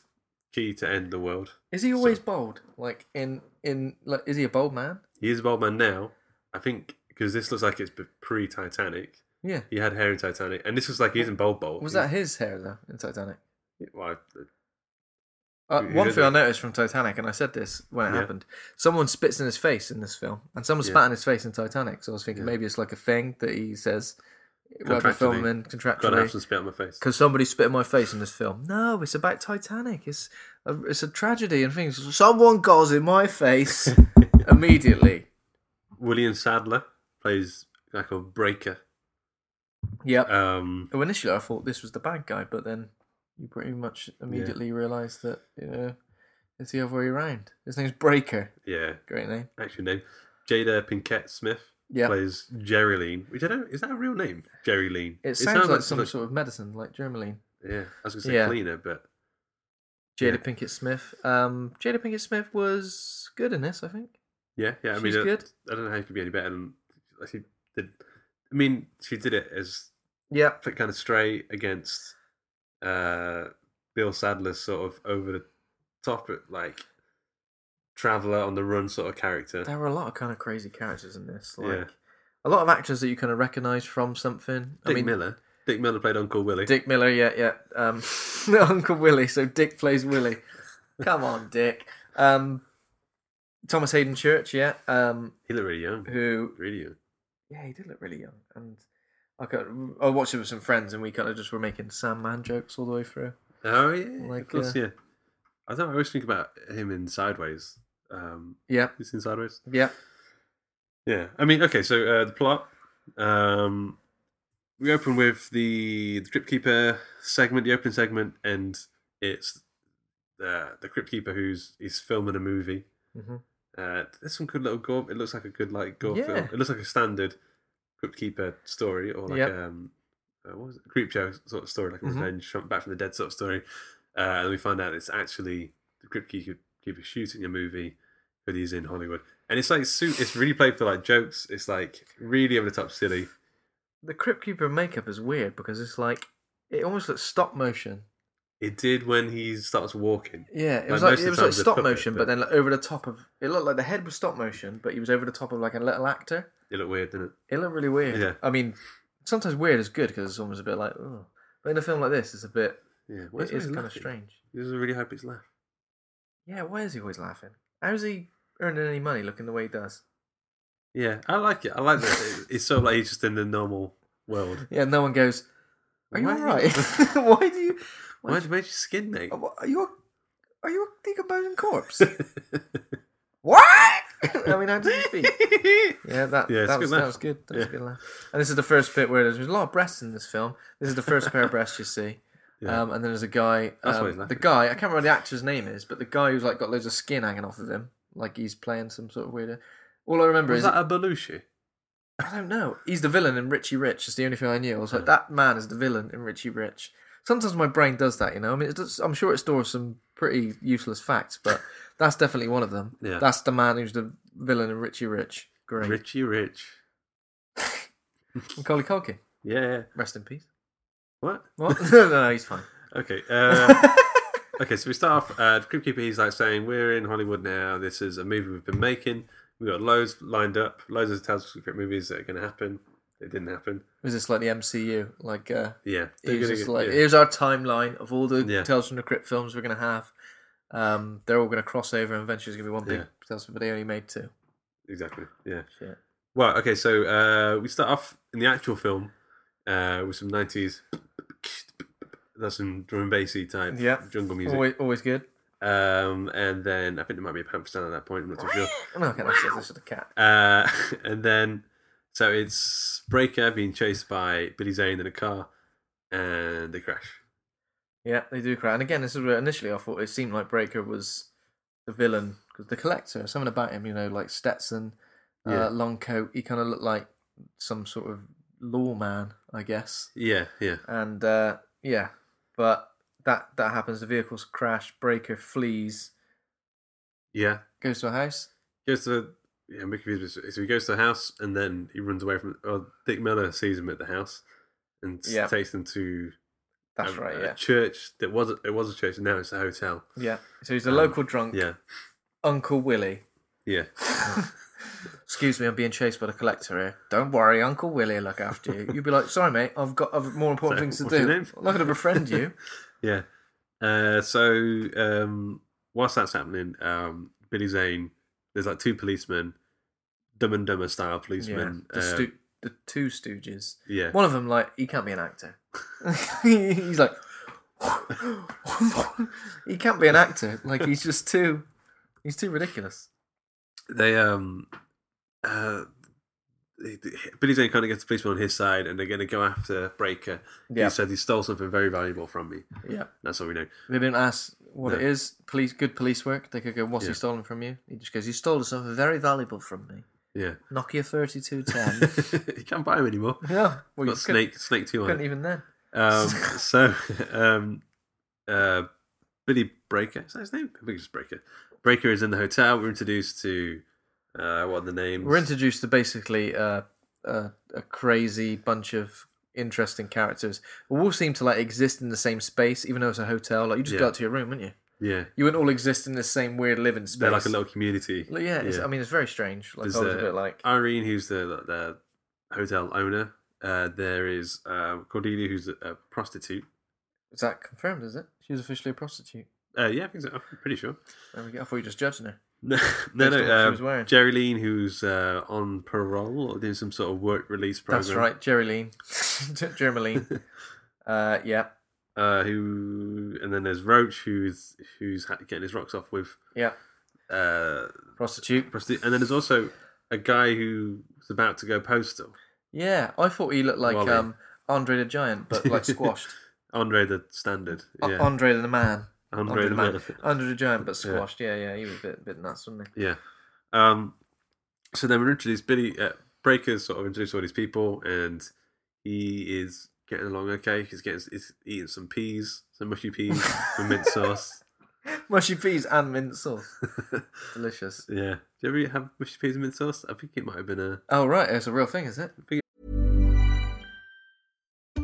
key to end the world.
Is he always bold? Like in in like, is he a bold man?
He is a bald man now, I think, because this looks like it's pre Titanic.
Yeah.
He had hair in Titanic, and this was like he isn't bald bald.
Was that his hair though in Titanic?
He- well, I-
Uh,
Who- who
one
did
thing I
that?
noticed from Titanic, and I said this when it
Yeah.
happened, someone spits in his face in this film, and someone
Yeah.
spat in his face in Titanic. So I was thinking
Yeah.
maybe it's like a thing that he says while they're
Contractually.
filming
gotta have
contractually.
some spit on my face.
Because somebody spit in my face in this film. No, it's about Titanic. It's a, it's a tragedy and things. Someone goes in my face immediately.
William Sadler plays like a breaker.
Yep.
Um,
Well, initially, I thought this was the bad guy, but then you pretty much immediately realise that you know it's the other way around. His name's Breaker.
yeah,
Great name.
actual name. Jada Pinkett Smith
Yeah.
plays Jerry Lean, which I don't. Is that a real name? Jerry Lean.
It sounds, like, some sort of medicine, like Germaline.
Yeah, I was gonna say
Yeah.
cleaner, but
Jada
Yeah.
Pinkett Smith. Um, Jada Pinkett Smith was good in this, I think.
yeah, yeah. I
She's
mean, uh,
good.
I don't know how you could be any better than like, she did. I mean, she did it as
Yeah,
put kind of straight against uh, Bill Sadler's sort of over the top, like traveler on the run sort of character.
there were a lot of kind of crazy characters in this. Like
Yeah.
a lot of actors that you kind of recognise from something.
Dick Miller. Dick Miller played Uncle Willie.
Dick Miller, yeah, yeah. Um, Uncle Willie. So Dick plays Willie. Come on, Dick. Um, Thomas Hayden Church, yeah. Um,
he looked really young.
who?
Really young.
Yeah, he did look really young. And I, kind of- I watched it with some friends, and we kind of just were making Sandman jokes all the way through.
Oh yeah,
Like,
of course,
uh,
yeah. I don't. I always think about him in Sideways. Um,
Yeah,
you seen Sideways?
yeah.
Yeah. I mean, okay. So uh, the plot. Um, we open with the the Crypt Keeper segment, the opening segment, and it's the the Crypt Keeper who's is filming a movie.
Mhm.
Uh, there's some good little gore. It looks like a good like gore film.
Yeah.
It looks like a standard Crypt Keeper story or like
Yep.
um, uh, what was it? Creep show sort of story, like a
Mhm.
revenge from Back from the Dead sort of story. Uh, and we find out it's actually the Crypt Keeper, Keeper shooting a movie that he's in Hollywood, and it's like su- it's really played for like jokes. It's like really over the top silly.
The Crypt Keeper makeup is weird because it's like it almost looks stop motion.
It did when he starts walking.
Yeah, it
Like,
was
most
like
of
it
the
was
time
like
it's a
stop
puppet,
motion, but then like over the top of it looked like the head was stop motion, but he was over the top of like a little actor.
it looked weird, didn't it?
It looked really weird.
Yeah.
I mean, sometimes weird is good because it's almost a bit like, oh. But in a film like this, it's a bit,
Yeah, why
it
he always
is kind of
laughing?
strange.
He doesn't really hope it's laugh.
Yeah, why is he always laughing? How is he earning any money looking the way he does?
Yeah, I like it. I like that. It- it's sort of like he's just in the normal world.
Yeah, no one goes, are you
Why-
alright? why do Oh, you,
Why did you make your skin naked?
are you, a- are you a decomposing corpse? what? I mean, how do you speak? Yeah, that,
Yeah, it's
that,
a
was,
good
that
laugh.
was good. That was a
Yeah.
good laugh. And this is the first bit where there's, there's a lot of breasts in this film. This is the first pair of breasts you see.
Yeah.
Um, and then there's a guy.
That's why
um,
he's
the
laughing.
guy I can't remember the actor's name is, but the guy who's like got loads of skin hanging off of him, like he's playing some sort of weirdo. All I remember
Was
is
that a Belushi?
I don't know. He's the villain in Richie Rich. It's the only thing I knew. I was like, that man is the villain in Richie Rich. Sometimes my brain does that, you know. I mean, it does, I'm sure it stores some pretty useless facts, but that's definitely one of them.
Yeah.
That's the man who's the villain in Richie Rich. Great.
Richie Rich.
Macaulay Culkin.
Yeah. yeah.
Rest in peace.
What?
What? no, no, no, he's fine.
Okay. Uh, okay, so we start off. Uh, Creepkeeper, he's like saying, We're in Hollywood now. This is a movie we've been making. We've got loads lined up, loads of Tales of Secret movies that are going to happen. It didn't happen.
Is this like the MCU? Like, uh,
Yeah. they're
here's,
gonna
just
get-
like,
yeah.
here's our timeline of all the
Yeah.
Tales from the Crypt films we're going to have. Um, they're all going to cross over, and eventually there's going to be one big
Yeah.
Tales, but they only made two.
Exactly. Yeah.
Shit.
Well, okay, so uh, we start off in the actual film uh, with some 90s. That's some drum and bassy type
Yeah.
jungle music.
Always, always good.
Um, and then I think there might be a panther sound at that point. I'm not too sure.
Oh, no, okay, that's, that's just a cat.
Uh, and then, so it's Breaker being chased by Billy Zane in a car, and they crash.
Yeah, they do cry. And again, this is where initially I thought it seemed like Breaker was the villain because the collector, something about him, you know, like Stetson,
Yeah.
uh, long coat. He kind of looked like some sort of lawman, I guess.
Yeah, yeah,
And uh, yeah, but that that happens. The vehicles crash. Breaker flees,
yeah.
goes to a house.
Goes to yeah, I'm a bit confused. with- So he goes to the house, and then he runs away from. Oh, Dick Miller sees him at the house, and s-
Yeah.
takes him to
That's
a,
right.
a
Yeah,
church that was it was a church, and now it's a hotel.
yeah. So he's a local drunk,
Yeah,
Uncle Willie.
yeah,
Excuse me, I'm being chased by the collector here. Don't worry, Uncle Willie will look after you. You'd be like, sorry, mate, I've got I've more important
Sorry,
things to
what's
do.
your name?"
I'm not going to befriend you.
yeah. Uh, so um, whilst that's happening, um, Billy Zane, there's like two policemen, Dumb and Dumber style policemen.
the,
uh,
stu- the two Stooges.
Yeah.
One of them, like, he can't be an actor. he's like, he can't be an actor. Like, he's just too, he's too ridiculous.
they um uh he- Billy Zane kind of gets the policeman on his side, and they're going to go after Breaker.
Yeah.
He said he stole something very valuable from me.
Yeah.
That's all we know.
They didn't ask what it
No.
is. Police, good police work. They could go, what's
Yeah.
he stolen from you? He just goes, he stole something very valuable from me.
Yeah,
Nokia 3210.
you can't buy him anymore.
yeah. Well,
Got
couldn't-
snake, snake two on.
Couldn't
it.
even then.
Um, so, um, uh, Billy Breaker is that his name? I think it's just Breaker. Breaker is in the hotel. We're introduced to uh, what are the names?
We're introduced to basically uh, uh, a crazy bunch of interesting characters who all seem to like exist in the same space, even though it's a hotel. Like you just go
Yeah.
out to your room, wouldn't you?
yeah,
You wouldn't all exist in the same weird living space.
they're like a little community.
Like, yeah, It's, I mean, it's very strange. Like
There's
I was a
uh,
bit like,
Irene, who's the the hotel owner. Uh, there is uh, Cordelia, who's a, a prostitute.
is that confirmed? Is it? She's officially a prostitute.
Uh, yeah, I think so. I'm pretty sure.
There we go. I thought you were just judging her.
No, no,
Based on what she
no.
was
Um,
wearing.
Jerry Lean, who's uh, on parole or doing some sort of work release program.
That's right, Jerry Lean, Jeremy Lean. uh, yeah,
Uh, who and then there's Roach, who's who's ha- getting his rocks off with
yeah,
uh,
prostitute.
prostitute. And then there's also a guy who's about to go postal.
Yeah, I thought he looked like
Wally.
um, Andre the Giant, but like squashed.
Andre the Standard.
O-
Yeah.
Andre the Man.
Andre the Man.
Andre the Giant, but squashed. Yeah, yeah, he was a bit, bit nuts, wasn't
Yeah. Um, so then we're introduced Billy uh, Breaker's sort of introduced all these people, and he is getting along okay. He's getting he's eating some peas, some mushy peas with mint sauce.
he? Mushy peas and mint sauce. Delicious.
Yeah. Do you ever have mushy peas and mint sauce? I think it might have been a.
Oh, right, it's a real thing, is it?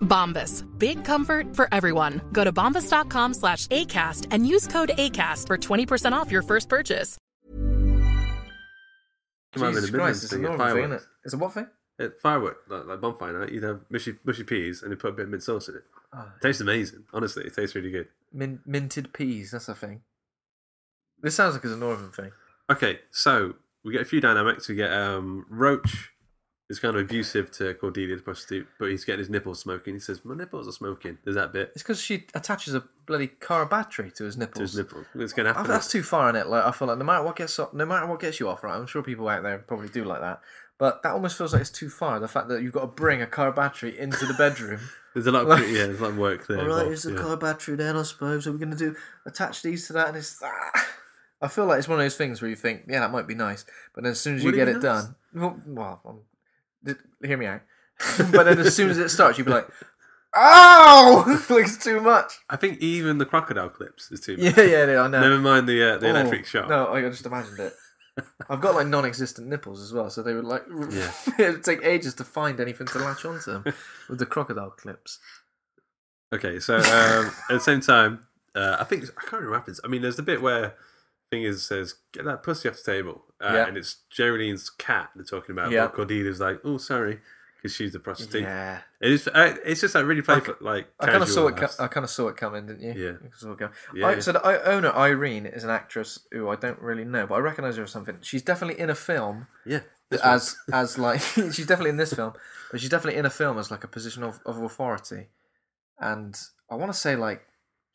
Bombas. Big comfort for everyone. Go to bombas.com slash ACAST and use code ACAST for 20% off your first purchase.
Might have been
Jesus
a
Christ, it's a
thing at
northern thing, isn't it?
fireworks.
It's a what thing?
At firework, like, like bonfire night, you'd have mushy, mushy peas and you put a bit of mint sauce in it. tastes amazing. Honestly, it tastes really good.
Min- minted peas, that's a thing. This sounds like it's a northern thing.
Okay, so we get a few dynamics. We get um, Roach is kind of abusive to Cordelia, the prostitute, but he's getting his nipples smoking. He says, "My nipples are smoking." There's that bit
It's because she attaches a bloody car battery to his
to his
nipples.
nipple. It's going to
I,
happen.
that's too far in it. Like I feel like no matter what gets no matter what gets you off, right? I'm sure people out there probably do like that, but that almost feels like it's too far. The fact that you've got to bring a car battery into the bedroom.
There's a lot of
Like-
yeah, there's a lot of work there.
All right,
involved,
here's the
yeah.
car battery then, I suppose. Are we going to do attach these to that? And it's. Ah. I feel like it's one of those things where you think, yeah, that might be nice, but then as soon as you
Would it
get
be
it
nice?
done, well, well um, th- hear me out. but then as soon as it starts, you'd be like, "Ow!" like it's too much.
I think even the crocodile clips is too.
Yeah,
much.
yeah, yeah I know.
Never mind the uh, the
Oh,
electric shock.
No, I just imagined it. I've got like non-existent nipples as well, so they would like
Yeah.
it would take ages to find anything to latch onto them with the crocodile clips.
Okay, so um, at the same time, uh, I think I can't remember what happens. I mean, there's the bit where thing is says, "Get that pussy off the table," uh,
Yeah.
and it's Geraldine's cat they're talking about.
Yeah.
But Cordelia's like, "Oh, sorry," because she's the prostitute.
Yeah.
It is. Uh, it's just like really playful. like
I kind of
casual
saw it. uh, Co-
laughs.
I kind of saw it coming, didn't you?
Yeah.
You saw it coming.
Yeah,
I,
yeah.
So the I- owner Irene is an actress who I don't really know, but I recognise her or something. She's definitely in a film
yeah.
as as like she's definitely in this film, but she's definitely in a film as like a position of, of authority, and I want to say like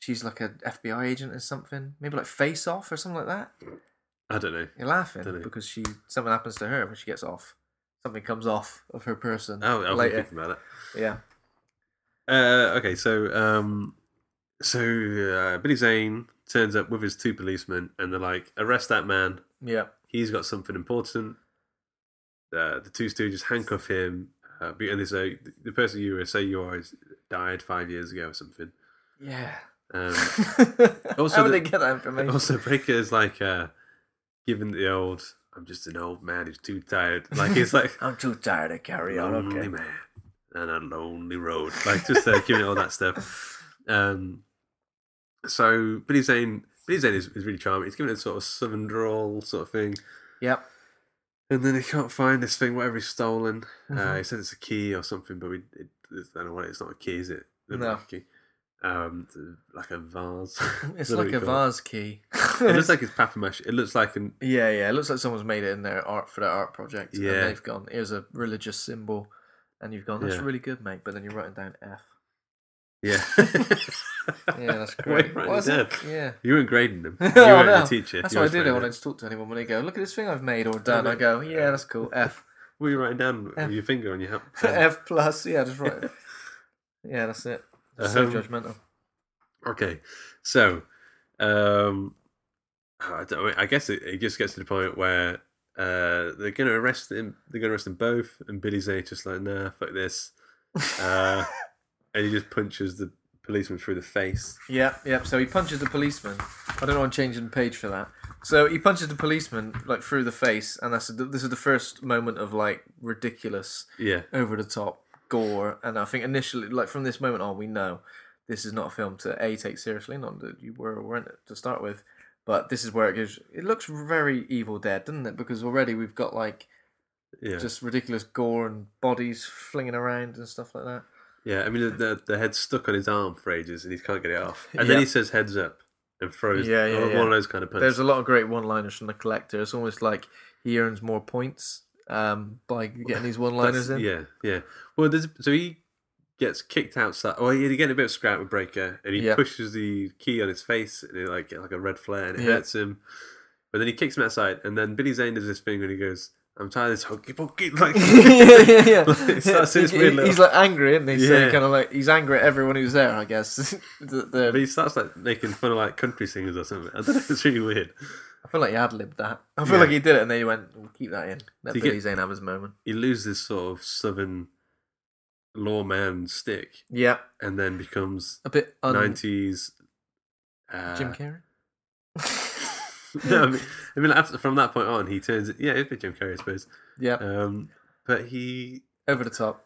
she's like an FBI agent or something, maybe like Face Off or something like that.
I don't know.
You're laughing
Dunno.
because she something happens to her when she gets off. Something comes off of her person
Oh, I was
later.
thinking about it.
Yeah.
Uh, okay, so um, so uh, Billy Zane turns up with his two policemen, and they're like, "Arrest that man!
Yeah.
He's got something important." Uh, the two Stooges handcuff him, uh, be- and they say, "The person you were, say you are, is died five years ago or something."
Yeah.
Um,
also, How
Oh, the- Oh,
would they get that information?
also, Breaker is like uh, giving the old, "I'm just an old man who's too tired." Like he's like,
I'm too tired to carry on.
lonely
Okay.
man and a lonely road. Like just uh, giving it all that stuff. Um, so Billy Zane, Billy Zane is, is really charming. He's giving it a sort of southern drawl sort of thing,
Yep.
and then he can't find this thing, whatever he's stolen.
Mm-hmm.
Uh, he said it's a key or something, but we it, it's, I don't know what it- it's not a key, is it? It's
No.
not a key. Um, it's like a vase.
It's
Don't know
like
what
a
you call
vase key.
It It looks like it's paper mache. It looks like an
yeah, yeah. It looks like someone's made it in their art for their art project.
Yeah.
And they've gone, here's a religious symbol. And you've gone, that's
Yeah.
really good, mate. But then you're writing down F.
yeah.
Yeah, that's
Wait,
great.
right,
What is
dead.
it? Yeah.
You weren't grading them. You
Oh,
weren't
no.
the teacher.
That's
You
what I
were just
do though when I
writing
just talk to anyone. When they go, look at this thing I've made or done, I
then-
go, yeah, that's cool. F.
it. What are you writing down with your finger on your hand?
F plus. Yeah, just right. yeah, that's it. That's so
Um,
judgmental.
Okay, so um, I, don't, I guess it, it just gets to the point where uh, they're going to arrest him. They're going to arrest them both, and Billy's there just like, "Nah, fuck this," uh, and he just punches the policeman through the face.
Yep, yep. So he punches the policeman. I don't know. I'm changing the page for that. So he punches the policeman like through the face, and that's this is the first moment of like ridiculous,
Yeah,
over the top gore. And I think initially, like from this moment on, we know this is not a film to a take seriously. Not that you were or weren't to start with, but this is where it goes. It looks very Evil Dead, doesn't it? Because already we've got like
yeah,
just ridiculous gore and bodies flinging around and stuff like that.
yeah. I mean, the, the the head's stuck on his arm for ages, and he can't get it off. And then
Yeah.
he says, "Heads up." And throws
Yeah, yeah,
one
yeah.
of those kind of punches.
There's a lot of great one-liners from the collector. It's almost like he earns more points um, by getting
That's-
these one-liners in.
Yeah, yeah. Well, there's, so he gets kicked outside. Well, he get a bit of scrap with Breaker, and he
Yeah.
pushes the key on his face, and it like get like a red flare, and it
Yeah.
hurts him. But then he kicks him outside, and then Billy Zane does this thing when he goes, "I'm tired of this hokey pokey." Like,
yeah, yeah.
It's- that's his
He-
weird
he-
little-
He's like angry, isn't he? So
Yeah.
he kind of like he's angry at everyone who's there, I guess. the, the-
but he starts like making fun of like country singers or something. I don't know. It's really weird.
I feel like you ad libbed that. I feel
Yeah.
like you did it, and then you went, we'll keep that in. Let
So you
Billy
get-
Zane have his moment.
He loses this sort of southern lawman stick
Yeah,
and then becomes
a bit un-
90s. Uh,
Jim Carrey.
no, I mean, I mean after, from that point on, he turns. Yeah, it'd be Jim Carrey, I suppose.
Yeah,
Um, but he
over the top.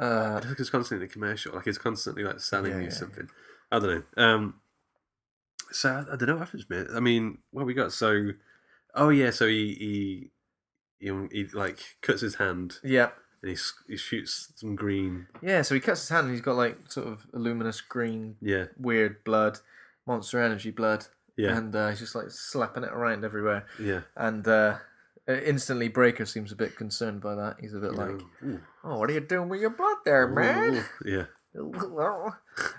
Uh,
I think it's constantly in the commercial. Like he's constantly like selling
Yeah,
you
yeah,
something. I don't know. Um, so I, I don't know what happens, man. I mean, what we got? So, oh yeah, so he he he, he like cuts his hand
yeah,
and he s- he shoots some green.
yeah. So he cuts his hand, and he's got like sort of a luminous green,
Yeah,
weird blood, Monster Energy blood,
yeah,
and uh, he's just like slapping it around everywhere.
yeah.
And uh, instantly, Breaker seems a bit concerned by that. He's a bit like,
Ooh,
"Oh, what are you doing with your blood there, man?"
ooh, yeah,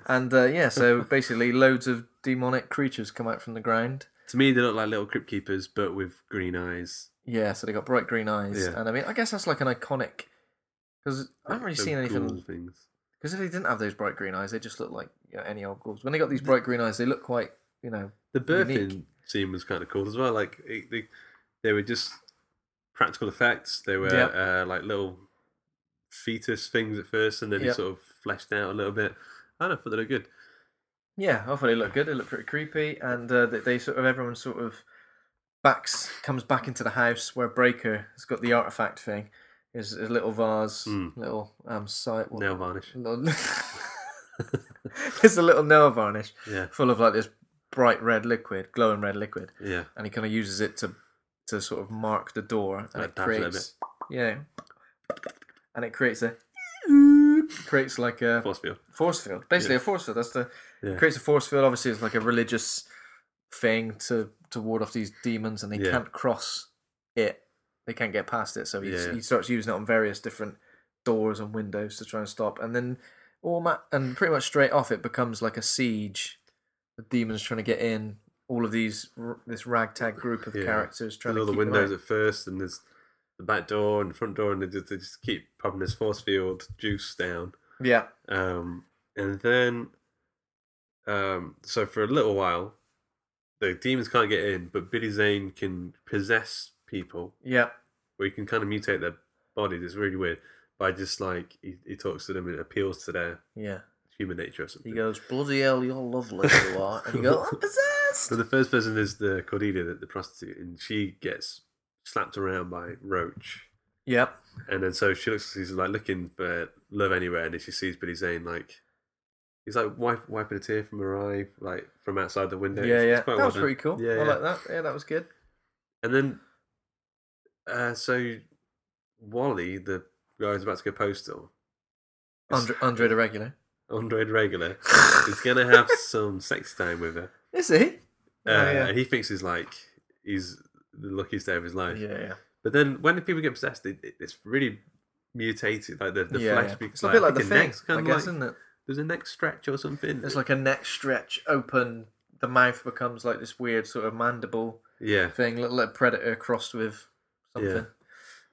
and uh, yeah, so basically, loads of demonic creatures come out from the ground.
to me they look like little crypt keepers, but with green eyes.
Yeah, so they got bright green eyes,
Yeah.
and I mean, I guess that's like an iconic because I haven't really
Those
seen
ghoul
anything.
Things.
Because if they didn't have those bright green eyes, they just look like you know, any old ghouls. When they got these bright green eyes, they look quite you know
The birthing
unique.
scene was kind of cool as well. Like it, they, they were just practical effects. They were
Yeah.
uh, like little fetus things at first, and then
Yeah.
they sort of fleshed out a little bit. I don't know, but they look good.
Yeah, I thought they looked good. They looked pretty creepy, and uh, they, they sort of everyone sort of backs comes back into the house where Breaker has got the artifact thing, his, his little vase,
Mm.
little um site. what-
Nail varnish.
little- it's a little nail varnish
Yeah,
full of like this bright red liquid, glowing red liquid,
yeah,
and he kind of uses it to to sort of mark the door, and
Like
it
dabs it a
creates yeah, and it creates a creates like a
force field.
force field. Basically,
Yeah.
a force field. That's the
Yeah.
creates a force field. Obviously, it's like a religious thing to to ward off these demons, and they
Yeah.
can't cross it. They can't get past it. So he,
Yeah.
he starts using it on various different doors and windows to try and stop. And then all ma- and pretty much straight off, it becomes like a siege. The demons trying to get in. All of these r- this ragtag group of
Yeah.
characters trying
There's all
to
the
keep them
windows
out.
at first, and there's the back door and the front door, and they just, they just keep popping this force field juice down.
yeah.
Um, and then, um, so for a little while, the demons can't get in, but Billy Zane can possess people,
Yeah,
or he can kind of mutate their bodies. It's really weird. By just like he, he talks to them and appeals to their
yeah.
human nature or something.
He goes, bloody hell, you're lovely, you are. And you go, I'm possessed.
So the first person is the Cordelia, the, the prostitute, and she gets slapped around by Roach.
Yep.
And then so she looks, she's like looking for love anywhere, and then she sees Billy Zane like he's like wipe, wiping a tear from her eye, like from outside the window.
Yeah,
It's-
yeah.
it's quite
That was
well done.
pretty cool.
Yeah,
I
yeah.
like that. Yeah, that was good.
And then, uh, so Wally, the guy who's about to go postal, is-
Andre, Andre the regular.
Andre the regular, is gonna have some sex time with her.
Is he?
Uh,
Oh, yeah.
and he thinks he's like he's the luckiest day of his life.
Yeah, yeah.
But then when the people get possessed, it, it- it's really mutated, like the, the
yeah,
flesh.
yeah.
becomes,
It's a bit like
I
the
think
thing,
neck's
I
kind of
guess,
like,
isn't it?
There's a neck stretch or something.
It's like a neck stretch open. The mouth becomes like this weird sort of mandible
yeah,
thing, little like predator crossed with something.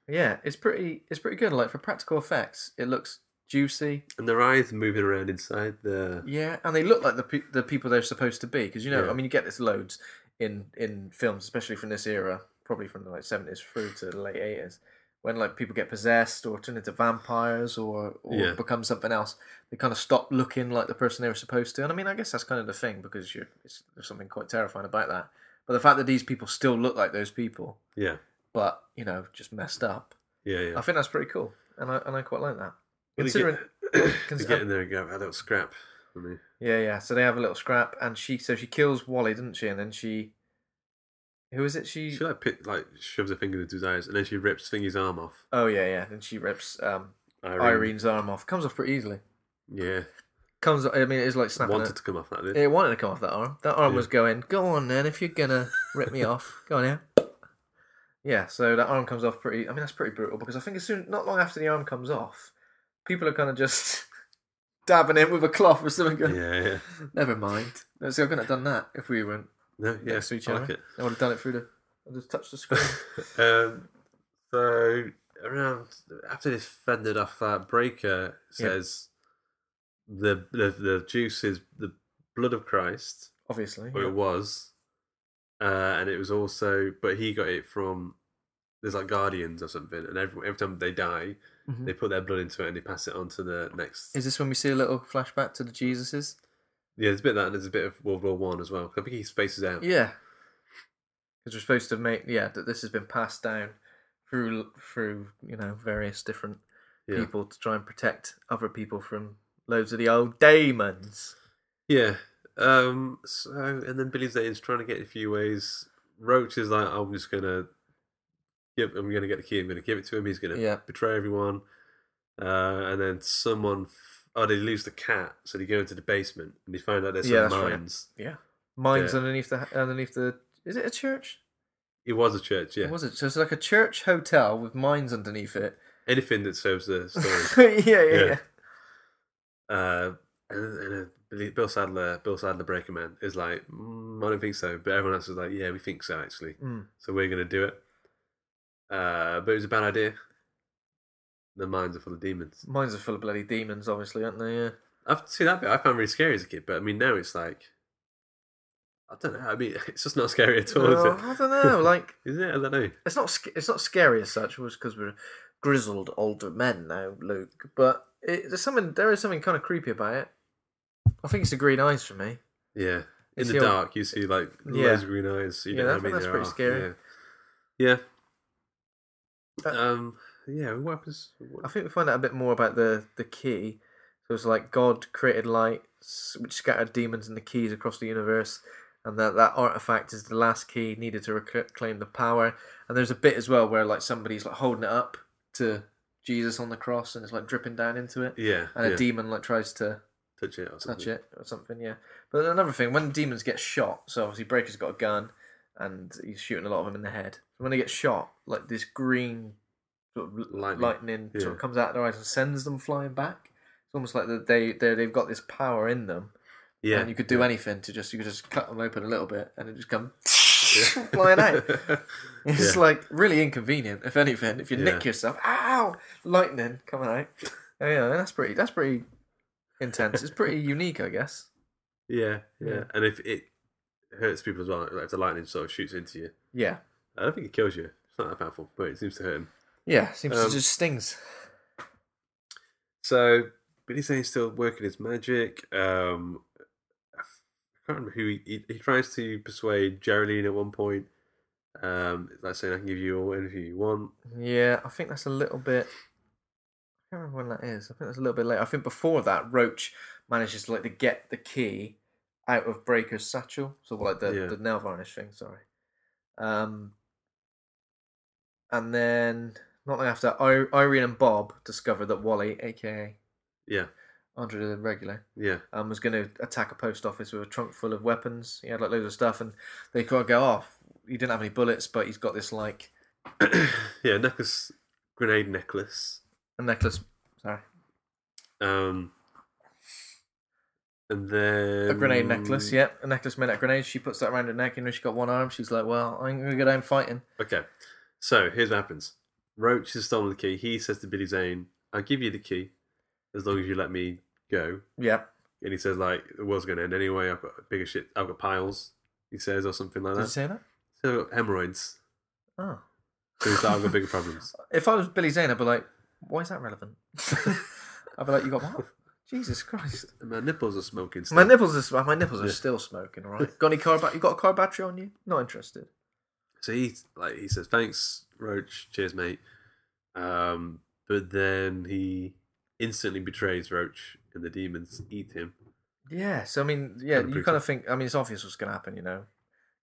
Yeah. it's pretty. It's pretty good. Like for practical effects, it looks juicy.
and their eyes moving around inside the
Yeah, and they look like the pe- the people they're supposed to be. Because you know,
Yeah.
I mean, you get this loads in in films, especially from this era, probably from the like seventies through to the late eighties, when like people get possessed or turn into vampires or or
Yeah.
become something else. They kind of stop looking like the person they were supposed to. And I mean, I guess that's kind of the thing because you're, it's, there's something quite terrifying about that. But the fact that these people still look like those people,
yeah,
but you know, just messed up.
yeah, yeah.
I think that's pretty cool, and I and I quite like that.
Well, they
Considering,
get, they
consi-
get in there and go, "Ah, that was scrap for me.
Yeah, yeah. So they have a little scrap, and she so she kills Wally, doesn't she? And then she, who is it? She.
She like pit, like shoves her finger into his eyes, and then she rips Thingy's arm off.
oh yeah, yeah. Then she rips um,
Irene,
Irene's arm off. Comes off pretty easily.
yeah,
Comes. I mean, it is like snapping.
wanted
it.
to come off that. Did.
It wanted to come off that arm. That arm
Yeah.
was going. Go on then, if you're gonna rip me off, go on here. Yeah. So that arm comes off pretty. I mean, that's pretty brutal because I think as soon, not long after the arm comes off, people are kind of just dabbing it with a cloth or something. Going,
yeah, yeah,
Never mind. No, see, I couldn't have done that if we weren't
no, yeah,
next to each
I
other.
like it.
I would have done it through the. I just touched the screen.
Um, so around after this fended off that breaker says the, the the juice is the blood of Christ,
Obviously.
or it was, uh, and it was also, but he got it from there's like guardians or something, and every every time they die,
Mhm.
they put their blood into it and they pass it on to the next.
Is this when we see a little flashback to the Jesuses?
Yeah, there's a bit of that, and there's a bit of World War One as well. 'cause I think he spaces out.
Yeah, because we're supposed to make yeah that this has been passed down through through you know various different
Yeah.
people to try and protect other people from loads of the old demons.
Yeah. Um. So, and then Billy Zane's trying to get a few ways. Roach is like, I'm just gonna give. I'm gonna get the key. I'm gonna give it to him. He's gonna
Yeah.
betray everyone. Uh. And then someone. F- oh, they lose the cat, so they go into the basement and they find out there's
yeah,
some
that's right.
mines.
Yeah, mines
Yeah.
underneath the underneath the. Is it a church?
It was a church. Yeah.
What was it? So it's like a church hotel with mines underneath it.
Anything that serves the story.
yeah, yeah, yeah,
Yeah. uh. And, and uh, Billy- Bill Sadler, Bill Sadler Breaker Man is like, mm, I don't think so. But everyone else is like, yeah, we think so actually.
Mm.
so we're gonna do it. Uh, but it was a bad idea. The mines are full of demons.
Mines are full of bloody demons, obviously, aren't they? Yeah.
I've seen that bit. I found really scary as a kid, but I mean now it's like, I don't know. I mean, it's just not scary at all,
No,
is it?
I don't know. Like
is it? I don't know.
it's not sc- it's not scary as such, was because we're grizzled older men now, Luke. But it, there's something there is something kind of creepy about it. I think it's the green eyes for me.
Yeah, in
It's
the
your-
dark, you see like
Yeah.
loads of green eyes. You
Yeah,
don't know
I
how
think
many
that's
there
pretty
are.
scary.
Yeah. yeah.
Uh,
um. Yeah. What happens?
I think we find out a bit more about the the key. So it's like God created light, s- which scattered demons and the keys across the universe, and that that artifact is the last key needed to rec- reclaim the power. And there's a bit as well where like somebody's like holding it up to Jesus on the cross, and it's like dripping down into it.
Yeah.
And
yeah.
a demon like tries to
touch it. Or
touch
something.
it or something, yeah. But another thing, when demons get shot, so obviously Breaker's got a gun and he's shooting a lot of them in the head. When they get shot, like this green sort of lightning,
Lightning,
lightning sort of
yeah.
comes out their eyes and sends them flying back. It's almost like that they they they've got this power in them,
Yeah.
and you could do anything to just you could just cut them open a little bit and it just come flying out. It's
Yeah.
like really inconvenient, if anything. If you nick
Yeah.
yourself, ow, lightning coming out. Oh, yeah, that's pretty. That's pretty intense. It's pretty unique, I guess.
Yeah, yeah.
Yeah.
And if it hurts people as well, like if the lightning sort of shoots into you,
Yeah,
I don't think it kills you. It's not that powerful, but it seems to hurt him.
yeah. Seems
Um,
to just stings.
So Billy Zane's still working his magic. Um, I f- I can't remember who he, he, he tries to persuade Geraldine at one point. Um, like saying, "I can give you all anything you want."
Yeah, I think that's a little bit. I can't remember when that is. I think that's a little bit later. I think before that, Roach manages like to get the key out of Breaker's satchel. So like the,
Yeah.
the nail varnish thing. Sorry. Um. And then not long after, I- Irene and Bob discover that Wally, aka
Yeah,
Andre the Regular,
yeah,
um, was going to attack a post office with a trunk full of weapons. He had like loads of stuff, and they kind of go, "Oh, he didn't have any bullets, but he's got this like
yeah. Necklace, grenade necklace.
a necklace." Sorry.
Um, and then
a grenade necklace. Yep, a necklace made out of grenades. She puts that around her neck, and she got one arm. She's like, "Well, I'm gonna go down fighting."
Okay. So here's what happens. Roach has stolen the key. He says to Billy Zane, I'll give you the key as long as you let me go.
Yep.
And he says, like, the world's gonna end anyway, I've got bigger shit I've got piles, he says, or something like
Did you
that.
say that?
so I've got hemorrhoids.
Oh.
So he's like, I've got bigger problems.
If I was Billy Zane, I'd be like, "Why is that relevant?" I'd be like, "You got what?" Jesus Christ!
And my nipples are smoking still.
My nipples are my nipples are
Yeah.
still smoking. All right. Got any car? Ba- you got a car battery on you? Not interested.
So he like he says, Thanks, Roach, cheers, mate. Um but then he instantly betrays Roach and the demons eat him.
Yeah. So I mean, yeah,
Kinda
you
brutal.
kind of think. I mean, it's obvious what's gonna happen. You know,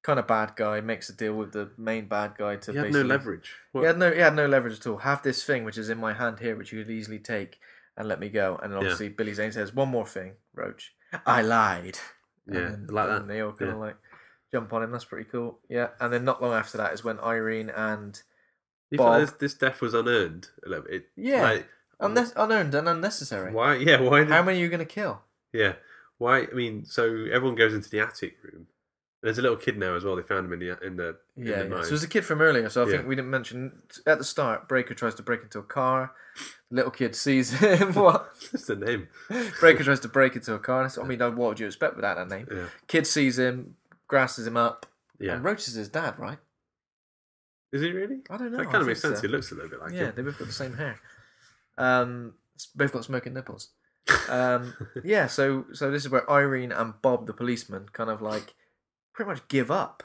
kind of bad guy makes a deal with the main bad guy to
he had no
basically-
leverage. What-
He had no he had no leverage at all. Have this thing which is in my hand here, which you could easily take and let me go. And obviously Billy Zane says, One more thing, Roach. I lied. And
Yeah,
then-
like that.
And they all kinda
Yeah.
like jump on him, that's pretty cool. Yeah. And then not long after that is when Irene and
You feel like
Bob-
this, this death was unearned. a little bit.
Yeah.
Like,
unless unearned and unnecessary.
why? Yeah. Why? Did,
How many are you gonna kill?
yeah. Why? I mean, so everyone goes into the attic room. There's a little kid now as well. They found him in the in the in
Yeah,
the
yeah.
mine.
so there's a kid from earlier, so I
Yeah.
think we didn't mention at the start. Breaker tries to break into a car. The little kid sees him. what?
That's the name.
Breaker tries uh, to break into a car. I mean, what would you expect without that name?
Yeah.
Kid sees him, grasses him up,
Yeah.
And Roach is his dad, right?
Is he really?
I don't know.
That kind
I
of makes
think
sense.
so.
He looks a little bit like
yeah,
him.
they both got the same hair. Um, s- both got smoking nipples. Um, yeah, so so this is where Irene and Bob, the policeman, kind of like pretty much give up,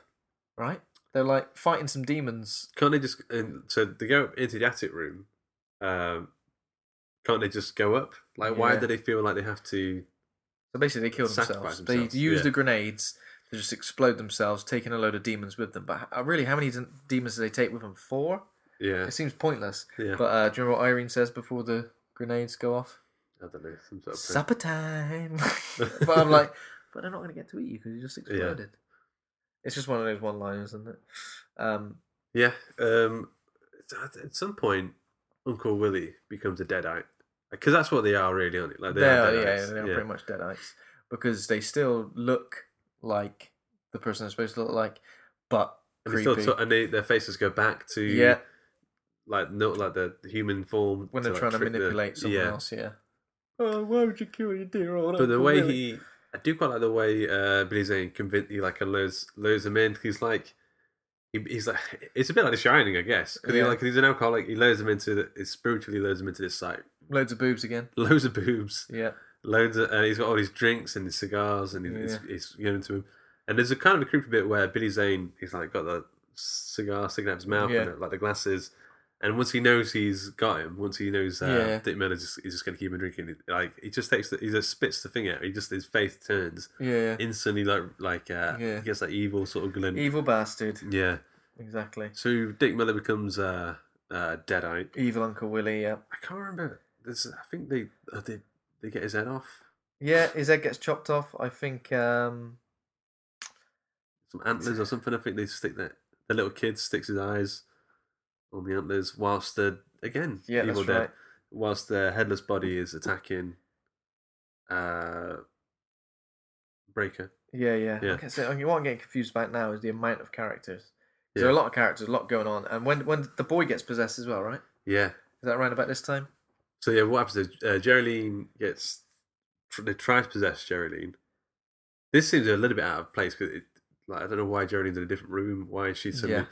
right? They're like fighting some demons.
Can't they just and so they go up into the attic room? Um, can't they just go up? Like, why
Yeah.
do they feel like they have to?
So basically, they kill
Sacrifice
themselves.
themselves,
They use
yeah.
the grenades to just explode themselves, taking a load of demons with them. But h- uh, really, how many d- demons do they take with them? Four.
Yeah,
It seems pointless.
Yeah.
But uh, do you remember what Irene says before the grenades go off?
I don't know. Some sort of
supper time. but I'm like, but I'm not going to get to eat you because you just exploded. It's just one of those one-liners, isn't it? Um,
Yeah. Um, at- at some point, Uncle Willie becomes a deadite because that's what they are really, aren't they? Like
they,
they,
are, yeah,
deadites.
they are pretty much deadites because they still look like the person they're supposed to look like, but
And, they
creepy.
still talk- and they, their faces go back to
yeah,
like not like the human form
when they're
like,
trying to
trick the-
manipulate someone
yeah.
else, yeah. Oh, why would you kill your dear old?
But the
Uncle
way
Willie?
he, I do quite like the way uh, Billy Zane convinced he like lures lures him in. He's like, he, he's like, it's a bit like The Shining, I guess, because
Yeah.
like he's an alcoholic. He lures him into the, he spiritually lures him into this site.
loads of boobs again.
Loads of boobs,
Yeah,
loads of, and he's got all these drinks and his cigars, and he's,
Yeah.
he's, he's going to him. And there's a kind of a creepy bit where Billy Zane, he's like got the cigar sticking out his mouth,
Yeah.
and like the glasses. And once he knows he's got him, once he knows uh,
Yeah.
Dick Miller's just, he's just going to keep him drinking, like he just takes, the, he just spits the thing out. He just his face turns
yeah,
instantly, like like uh,
Yeah.
he gets that evil sort of glint.
evil bastard.
Yeah.
Exactly,
So Dick Miller becomes uh, uh, Deadite.
evil Uncle Willie. Yeah,
I can't remember. There's, I think they uh, they they get his head off.
yeah. His head gets chopped off. I think. um
some antlers or something. I think they stick that the little kid sticks his eyes on the antlers whilst the again
Yeah,
Evil
that's
Dead,
right.
whilst the headless body is attacking uh Breaker.
Yeah, yeah.
Yeah.
Okay, so I mean, what I'm getting confused about now is the amount of characters.
Yeah.
There are a lot of characters, a lot going on, and when when the boy gets possessed as well, right?
Yeah.
Is that around about this time?
So yeah, what happens is uh, Geraldine gets tr- they try to possess Geraldine. This seems a little bit out of place because like I don't know why Geraldine's in a different room. Why is she suddenly?
Yeah.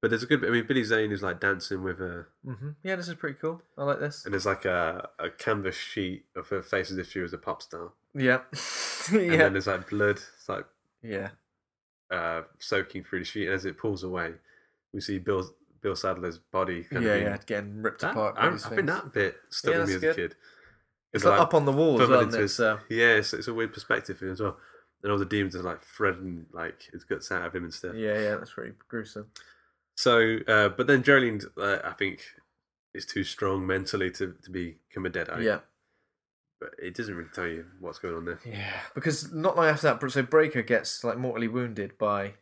But there's a good. bit- I mean, Billy Zane is like dancing with her.
Mm-hmm. Yeah, this is pretty cool. I like this.
and there's like a, a canvas sheet of her face as if she was a pop star.
Yeah,
And
yeah,
then there's like blood, it's like
yeah.
uh, soaking through the sheet. And as it pulls away, we see Bill Bill Sadler's body.
Yeah,
Kind of being- Ah,
yeah, getting ripped
That,
apart. by
I,
these
I think
things.
that bit stuck
Yeah,
with me as
that's
a
good.
kid.
It's like up on the wall as
fumbled
well,
into
isn't it?
his-
So-
Yeah, it's, it's a weird perspective for him as well. And all the demons are like threading like his guts out of him and stuff.
Yeah, yeah, that's pretty gruesome.
So, uh, but then Geraldine, uh, I think, is too strong mentally to, to become a deadite.
Yeah,
But it doesn't really tell you what's going on there.
yeah. Because not long after that, so Breaker gets like mortally wounded by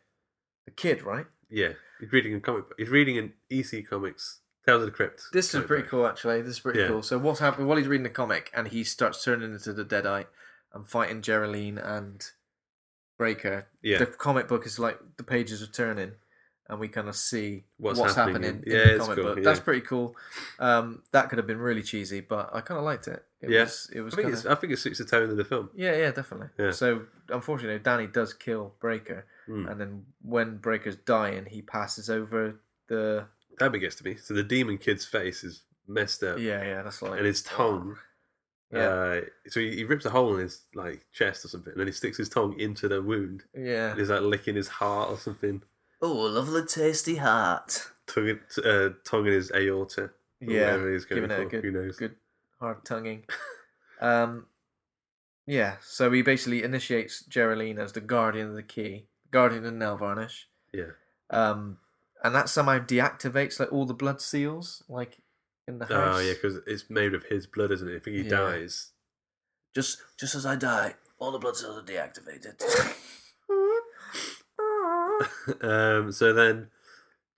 the kid, right?
Yeah, he's reading a comic. book. He's reading an EC Comics Tales of the Crypt.
This is
comic
pretty
book.
cool, actually. This is pretty
Yeah.
cool. So what's happening? While he's reading the comic, and he starts turning into the Deadite and fighting Geraldine and Breaker.
Yeah.
The comic book is like the pages are turning, and we kind of see
What's
what's,
happening.
happening, in
Yeah,
the
it's
comic
cool,
book.
yeah.
That's pretty cool. Um, that could have been really cheesy, but I kind of liked it. it
yeah,
Was, it was
I think,
kind
it's, I think it suits the tone of the film.
yeah, yeah, definitely.
Yeah. Hmm.
So unfortunately, Danny does kill Breaker, and then when Breaker's dying, he passes over the.
That bit gets to me. So the demon kid's face is messed up.
Yeah, yeah, that's like
and his tongue.
Yeah.
Uh, so he, he rips a hole in his like chest or something, and then he sticks his tongue into the wound.
yeah.
And he's like licking his heart or something,
Oh, lovely tasty heart.
tongue, in- t- uh, tongue in his aorta. or
Yeah,
whatever he's going
giving it
for.
a good,
Who knows?
good hard tonguing. um, yeah, so he basically initiates Geraldine as the guardian of the key, guardian of nail varnish,
Yeah,
um, and that somehow deactivates like all the blood seals, like in the house.
oh yeah, because it's made of his blood, isn't it? I think he
Yeah.
dies.
just just as I die, all the blood cells are deactivated.
um, so then,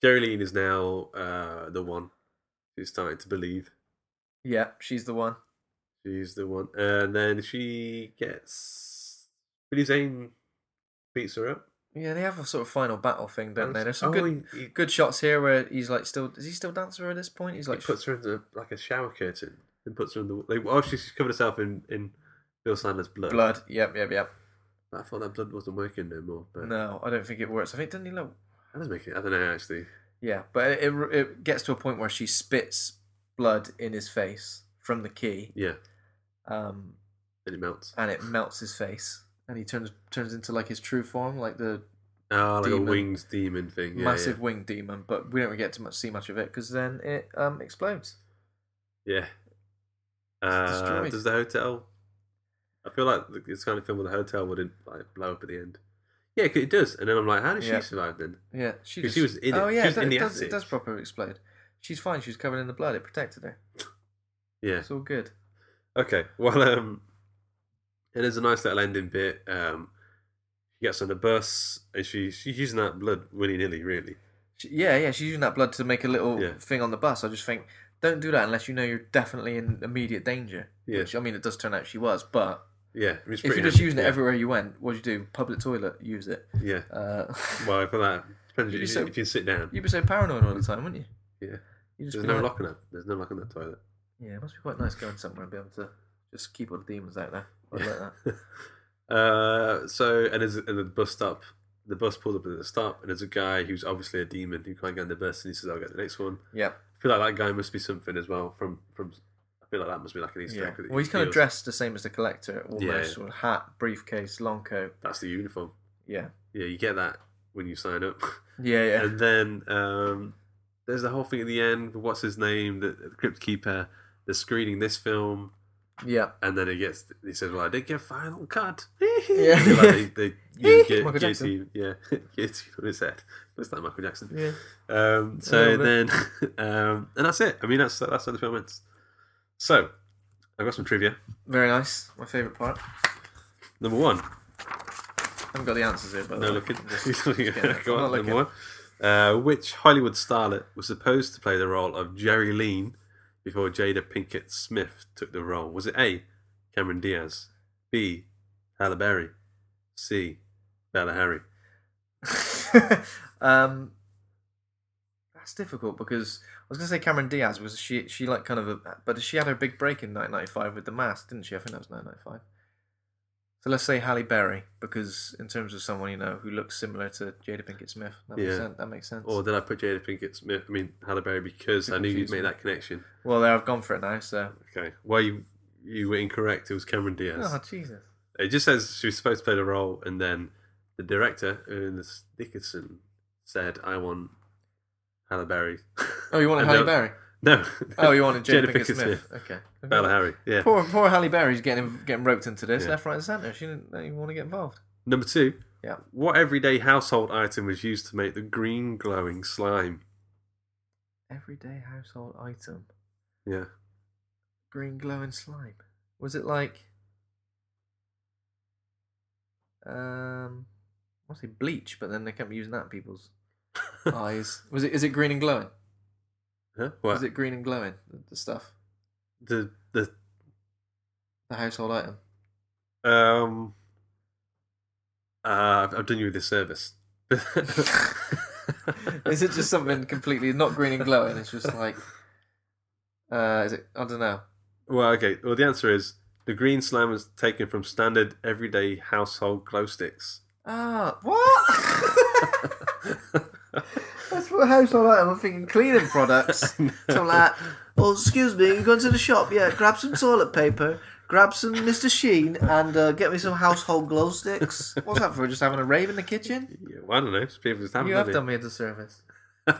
Geraldine is now uh, the one who's starting to believe
yeah, she's the one.
she's the one, and then she gets Billy Zane beats her up.
Yeah, they have a sort of final battle thing, don't they? There's some
Oh,
good
he- he-
good shots here where he's like still is he still dancing at this point? He's
Like
like
he puts her in the, like a shower curtain and puts her in the like. Oh, she's covered herself in in Bill Sandler's blood.
blood. Yep, yep, yep.
But I thought that blood wasn't working no more. But
No, I don't think it works. I think doesn't he look?
that does make it. I don't know actually.
Yeah, but it, it it gets to a point where she spits blood in his face from the key,
Yeah,
um,
and it melts.
and it melts his face, and he turns turns into like his true form, like the
Oh, like
demon.
a winged demon thing. Yeah,
massive
yeah.
winged demon. But we don't get to much see much of it because then it um explodes.
Yeah. Uh,
destroyed.
does the hotel? I feel like the- it's kind of film where the hotel wouldn't like blow up at the end. Yeah, 'cause it does. And then I'm like, how did
Yeah.
she survive then?
Yeah, she
'Cause
just,
she was in it.
Oh yeah,
She was
it,
in
do-
the
it does, it
attic.
does properly explode. She's fine. She's covered in the blood. It protected her.
Yeah.
It's all good.
Okay. Well, um, and there's a nice little ending bit. Um, she gets on the bus and she she's using that blood willy nilly, really.
She, yeah, yeah. She's using that blood to make a little
Yeah.
thing on the bus. I just think don't do that unless you know you're definitely in immediate danger.
Yeah.
Which I mean, it does turn out she was, but
Yeah. It's
if
pretty
you're just
handy,
using it
yeah.
everywhere you went, what do you do? Public toilet, use it.
Yeah.
Uh,
Well, for that depends if
You'd be
you,
so-
if you sit down.
you'd be so paranoid all the time, wouldn't you?
yeah.
You
There's
be
no
like-
lock on that. There's no lock on that toilet.
Yeah, it must be quite nice going somewhere and be able to just keep all the demons out there. I like that.
Uh, so and there's and the bus stop. The bus pulls up at the stop, and there's a guy who's obviously a demon who can't get on the bus, and he says, "I'll get the next one."
Yeah.
I feel like that guy must be something as well. From from, I feel like that must be like an Easter
Yeah.
egg. that
Well, he's
he
kind of
steals.
dressed the same as the collector, almost.
Yeah.
With hat, briefcase, long coat.
That's the uniform.
Yeah.
Yeah, you get that when you sign up.
Yeah, yeah.
and then um, there's the whole thing at the end. What's his name? The, the Crypt Keeper. They're screening this film,
yeah.
and then it gets. He says, "Well, I did get final cut."
Yeah.
They're like, they, they, you get
Michael
guillotine, yeah, guillotine on his head. Looks like Michael Jackson.
Yeah.
Um,
A
so
little
then, um, and that's it. I mean, that's that's how the film ends. So, I've got some trivia.
Very nice. My favourite part.
Number one,
I haven't got the answers here, but
No, look at he's looking at-
it.
Go
I'm
on,
not
number one. Uh, which Hollywood starlet was supposed to play the role of Jerry Lean before Jada Pinkett Smith took the role? Was it A. Cameron Diaz, B. Halle Berry, C. Bella Harry?
um, that's difficult because I was going to say Cameron Diaz was she she like kind of a but she had her big break in 1995 with the mask, didn't she? I think that was 1995. So let's say Halle Berry because in terms of someone you know who looks similar to Jada Pinkett Smith, that makes
Yeah.
sense. That makes sense.
Or did I put Jada Pinkett Smith? I mean Halle Berry because I knew you'd
confused
make
me.
that connection.
well, there I've gone for it now. So
Okay, well you you were incorrect. It was Cameron Diaz.
oh Jesus,
It just says she was supposed to play the role, and then the director, Ernest Dickinson, said, "I want Halle Berry."
oh you wanted
And
Halle
they'll-
Berry?
No.
Oh, you wanted Jada, Pinkett, Smith. Okay.
Bella Harry. Yeah.
Poor, poor Halle Berry's getting getting roped into this
Yeah.
left, right, and centre. She didn't even want to get involved.
Number two.
Yeah.
What everyday household item was used to make the green glowing slime?
Everyday household item.
Yeah.
Green glowing slime. Was it like um I want to say bleach, but then they kept using that in people's eyes. Was it is it green and glowing?
Huh? What?
Is it green and glowing? The, the stuff.
the the
The household item.
um. Uh, I've, I've done you a disservice.
Is it just something completely not green and glowing? It's just like uh is it I don't know.
Well, okay. Well, the answer is the green slime was taken from standard everyday household glow sticks.
Ah, what? That's what household item. I'm thinking cleaning products. so I'm like, well, excuse me, you going to the shop? Yeah, grab some toilet paper, grab some Mr. Sheen, and uh, get me some household glow sticks. What's that for? Just having a rave in the kitchen?
Yeah, well, I don't know. It's people just haven't
you have
they?
done me a disservice.
I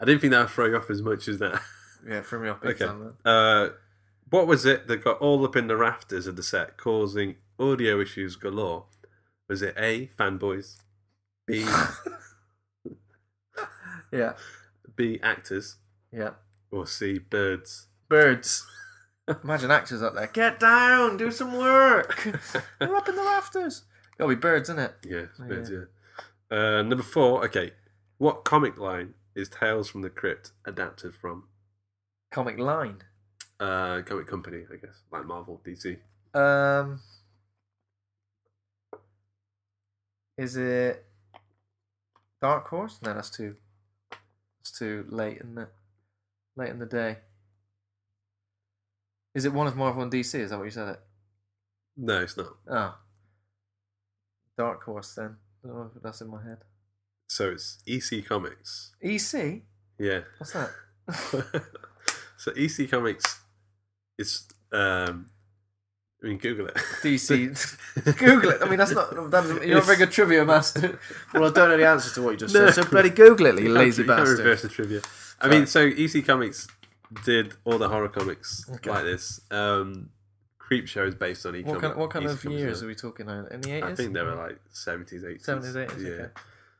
didn't think that would throw you off as much as that.
Yeah, threw me off big
Okay.
time. that.
Uh, what was it that got all up in the rafters of the set, causing audio issues galore? Was it A, fanboys, B,
Yeah,
B, actors,
yeah.
or C, birds?
Birds. Imagine actors up there. Get down, do some work. They're up in the rafters. Gotta be birds, isn't it?
Yeah, it's
Oh,
birds,
yeah.
yeah. Uh, number four, okay. What comic line is Tales from the Crypt adapted from?
Comic line.
Uh, comic company, I guess, like Marvel, DC.
Um, is it Dark Horse? No, that's too. That's too late in the late in the day. Is it one of Marvel and DC? Is that what you said? It.
No, it's not.
Oh. Dark Horse then. I don't know if that's in my head.
So it's EC Comics.
EC?
Yeah.
What's that?
so EC Comics is um I mean Google it.
DC. Google it. I mean, that's not. That doesn't- you're not a very good trivia master. Well, I don't know the answer to what you just
No.
said. So bloody Google it, you
can't-
lazy
can't
bastard.
reverse the trivia. I mean, so EC Comics did all the horror comics
Okay.
like this. Um, Creep Show is based on E.
What kind, what kind
EC
of
Comics
years are
now.
we talking now? In the 80s?
I think they were like seventies, eighties.
70s, 80s.
Yeah.
Okay.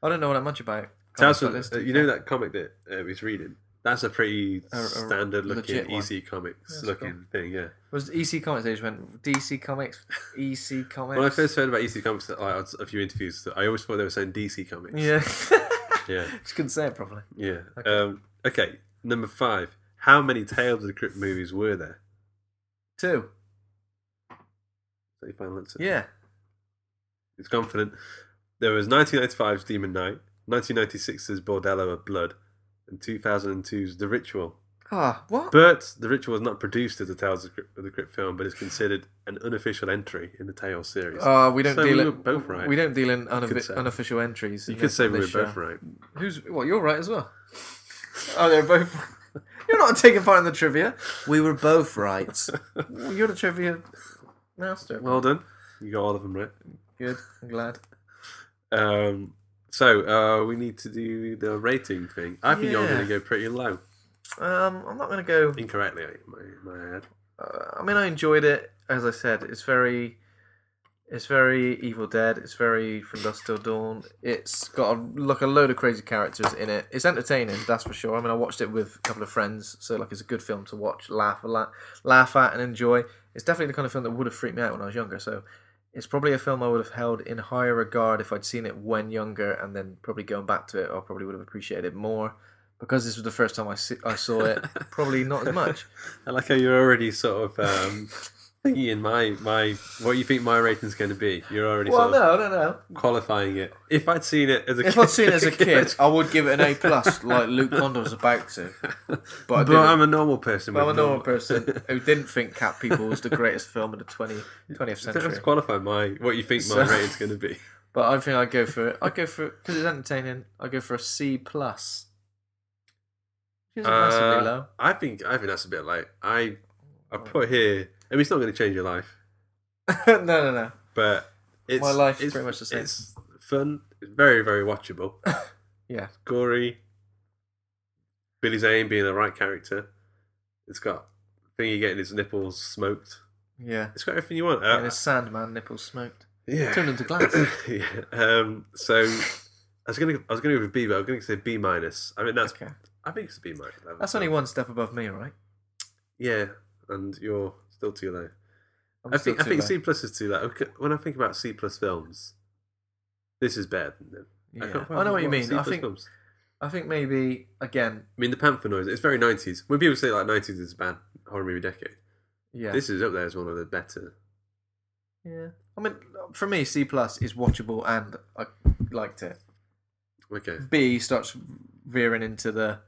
I don't know what that much about.
Tales
comics like
from-
this,
uh,
to be
you know that comic that uh, was reading. That's a pretty
A- a
standard
legit
looking
one.
EC Comics
That's
looking thing. Yeah.
Was it EC Comics? They just went DC Comics, EC Comics.
When I first heard about EC Comics, like, I had a few interviews, I always thought they were saying DC Comics.
Yeah.
Yeah.
just couldn't say it properly.
Yeah. Okay. Um, okay. Number five. How many Tales of the Crypt movies were there?
Two.
Is that your final answer?
Yeah.
He's confident. There was 1995's Demon Knight, 1996's Bordello of Blood, and 2002's The Ritual.
Ah, what?
But The Ritual was not produced as a Tales of the Crypt, of the Crypt film, but is considered an unofficial entry in the Tales series.
Uh, we don't
so
deal
we
in
were both right.
We don't deal in
You could
unof-
say.
unofficial entries.
You
in
could
this-
say we were
this
both
show.
right.
Who's well? You're right as well. oh, they're both. You're not taking part in the trivia. We were both right. You're the trivia master.
Well done. You got all of them right.
good. I'm glad.
Um, so uh, we need to do the rating thing. I think you're
Yeah.
going to go pretty low.
Um, I'm not going to go.
Incorrectly, in my, my head.
uh, I mean, I enjoyed it. As I said, it's very, it's very Evil Dead. It's very From Dusk Till Dawn. It's got a, like a load of crazy characters in it. It's entertaining, that's for sure. I mean, I watched it with a couple of friends, so like it's a good film to watch, laugh a lot, laugh at, and enjoy. It's definitely the kind of film that would have freaked me out when I was younger. So. It's probably a film I would have held in higher regard if I'd seen it when younger, and then probably going back to it, I probably would have appreciated it more. Because this was the first time I, see, I saw it, probably not as much.
I like how you're already sort of um, thinking in my my what you think my rating's going to be. You're already
Well,
sort of
no, no, no.
qualifying it. If I'd seen it as a
If
kid,
I'd seen it as a kid, I would give it an A plus, like Luke Condon's about to. But, I
but
didn't.
I'm a normal person.
But I'm a
with
normal person who didn't think Cat People was the greatest film of the 20, 20th
You don't have
century.
to qualify my what you think my
So-
rating's going to be.
But I think I'd go for I'd go for because it's entertaining. I'd go for a C plus. Which isn't
Uh,
massively low.
I think I think that's a bit like I I put here. I mean, it's not going to change your life,
no, no, no.
but it's
My life is
it's,
pretty much the same.
It's fun. It's very very watchable.
Yeah,
gory. Billy Zane being the right character. It's got thingy getting his nipples smoked.
yeah.
It's got everything you want.
And
Uh,
his Sandman nipples smoked.
yeah.
Turned into glass.
yeah. Um, so I was gonna I was gonna go with B, but I was gonna say B minus. I mean that's
Okay.
I think it's a B minus. level.
That's only one step above me, right?
Yeah, and you're still too low.
I'm
I
still
think I
too
think
low.
C plus is too low. Okay, When I think about C plus films, this is better than them.
Yeah.
can't
I
find
know what you mean.
C
I
plus
think-
films.
I think maybe again.
I mean the Panther noise. It's very nineties. When people say like nineties is a bad horror movie decade,
Yeah.
This is up there as one of the better.
Yeah. I mean, for me, C plus is watchable, and I liked it.
Okay.
B starts veering into the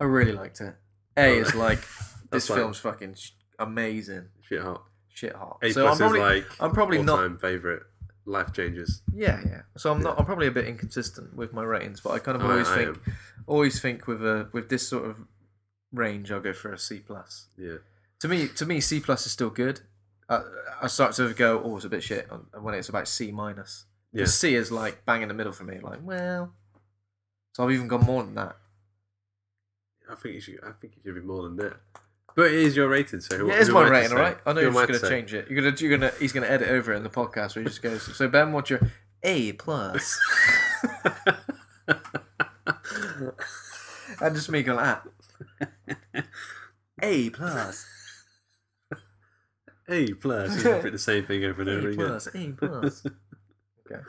I really liked it. A is like this
Oh. That's fine.
film's fucking sh- amazing,
Shit hot.
shit hot.
A
so
plus
I'm probably
is like
I'm probably not
all-time favorite. Life changes.
yeah yeah. So I'm not I'm probably a bit inconsistent with my ratings, but I kind of
I-
always
I
think always think with a with this sort of range, I'll go for a C plus.
Yeah.
To me, to me, C plus is still good. Uh, I start to go, oh, it's a bit shit on- when it's about C minus.
Yeah.
The C is like bang in the middle for me. Like, well, so I've even gone more than that.
I think you should. I think you should be more than that. But it is your rating, so who-
Yeah, it's
who
my
am I to
rating, all
say?
right. I
Who
know you're
am
just
I
gonna
to say?
change it. You're gonna, you're gonna, he's gonna edit over it in the podcast where he just goes. So Ben, what's your A plus? and just me going like that. A plus,
A plus. You repeat the same thing over and over
A
again.
plus, A plus. Okay,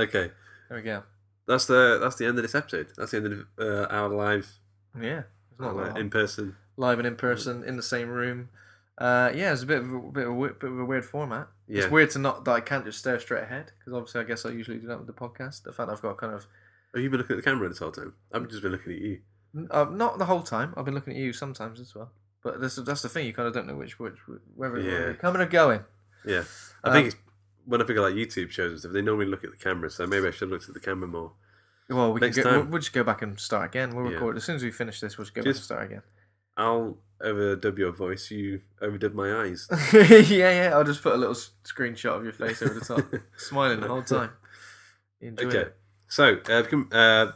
Okay,
there we go.
that's the that's the end of this episode. That's the end of uh, our live
Yeah, it's not
uh,
that
in person.
live and in person in the same room. Uh, yeah, it's a bit of a, bit, of a, we- bit of a weird format.
Yeah.
It's weird to not that I can't just stare straight ahead because obviously I guess I usually do that with the podcast. The fact I've got kind of
Have you been looking at the camera this whole time? I've just been looking at you.
uh, not the whole time. I've been looking at you sometimes as well. But that's that's the thing. You kind of don't know which which whether
Yeah.
you're coming or going.
Yeah, I
Um,
think it's when I figure like YouTube shows and stuff, they normally look at the camera, so maybe I should have looked at the camera more.
Well, we can
Next
go,
time.
we'll, we'll just go back and start again. We'll
Yeah.
record as soon as we finish this. We'll just go
Just-
back and
I'll overdub your voice. You overdub my eyes.
start again. yeah, yeah. I'll just put a little s- screenshot of your face over the top, smiling the whole time. You Enjoy
okay.
it.
So, uh, become, uh,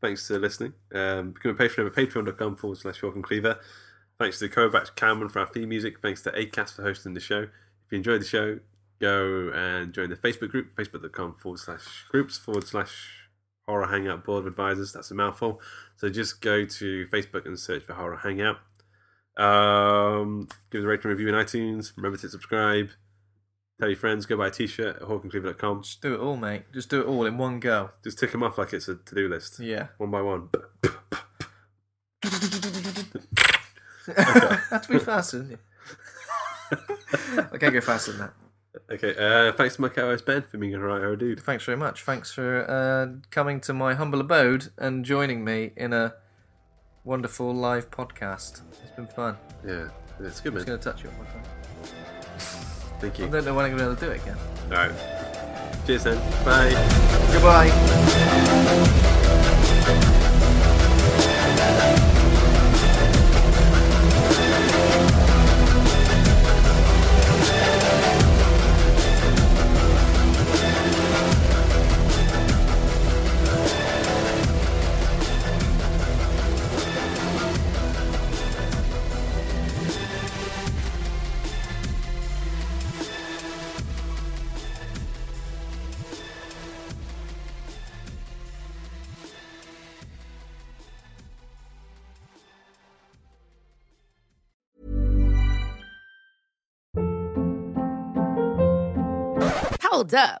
thanks to listening. Um, become a patron over patreon.com forward slash Hawk and Cleaver. Thanks to Kovacs Cameron for our theme music. Thanks to ACAST for hosting the show. If you enjoyed the show, go and join the Facebook group, facebook.com forward slash groups forward slash horror hangout board of advisors. That's a mouthful. So just go to Facebook and search for horror hangout. Um, give us a rating and review in iTunes. Remember to subscribe. Tell your friends. Go buy a t shirt at hawkandcleaver.com.
Just do it all, mate. Just do it all in one go.
Just tick them off like it's a to do list.
Yeah.
One by one.
That's way faster, isn't it? I can't go faster than that.
Okay, uh, thanks to my co host Ben for being a right old dude.
Thanks very much. Thanks for uh, coming to my humble abode and joining me in a wonderful live podcast. It's been fun.
Yeah, it's good,
I'm
man.
just going to touch you on my time.
Thank
I
you.
don't know when I'm going to be able to do it again.
Alright. Cheers then. Bye.
Goodbye.
Hold up.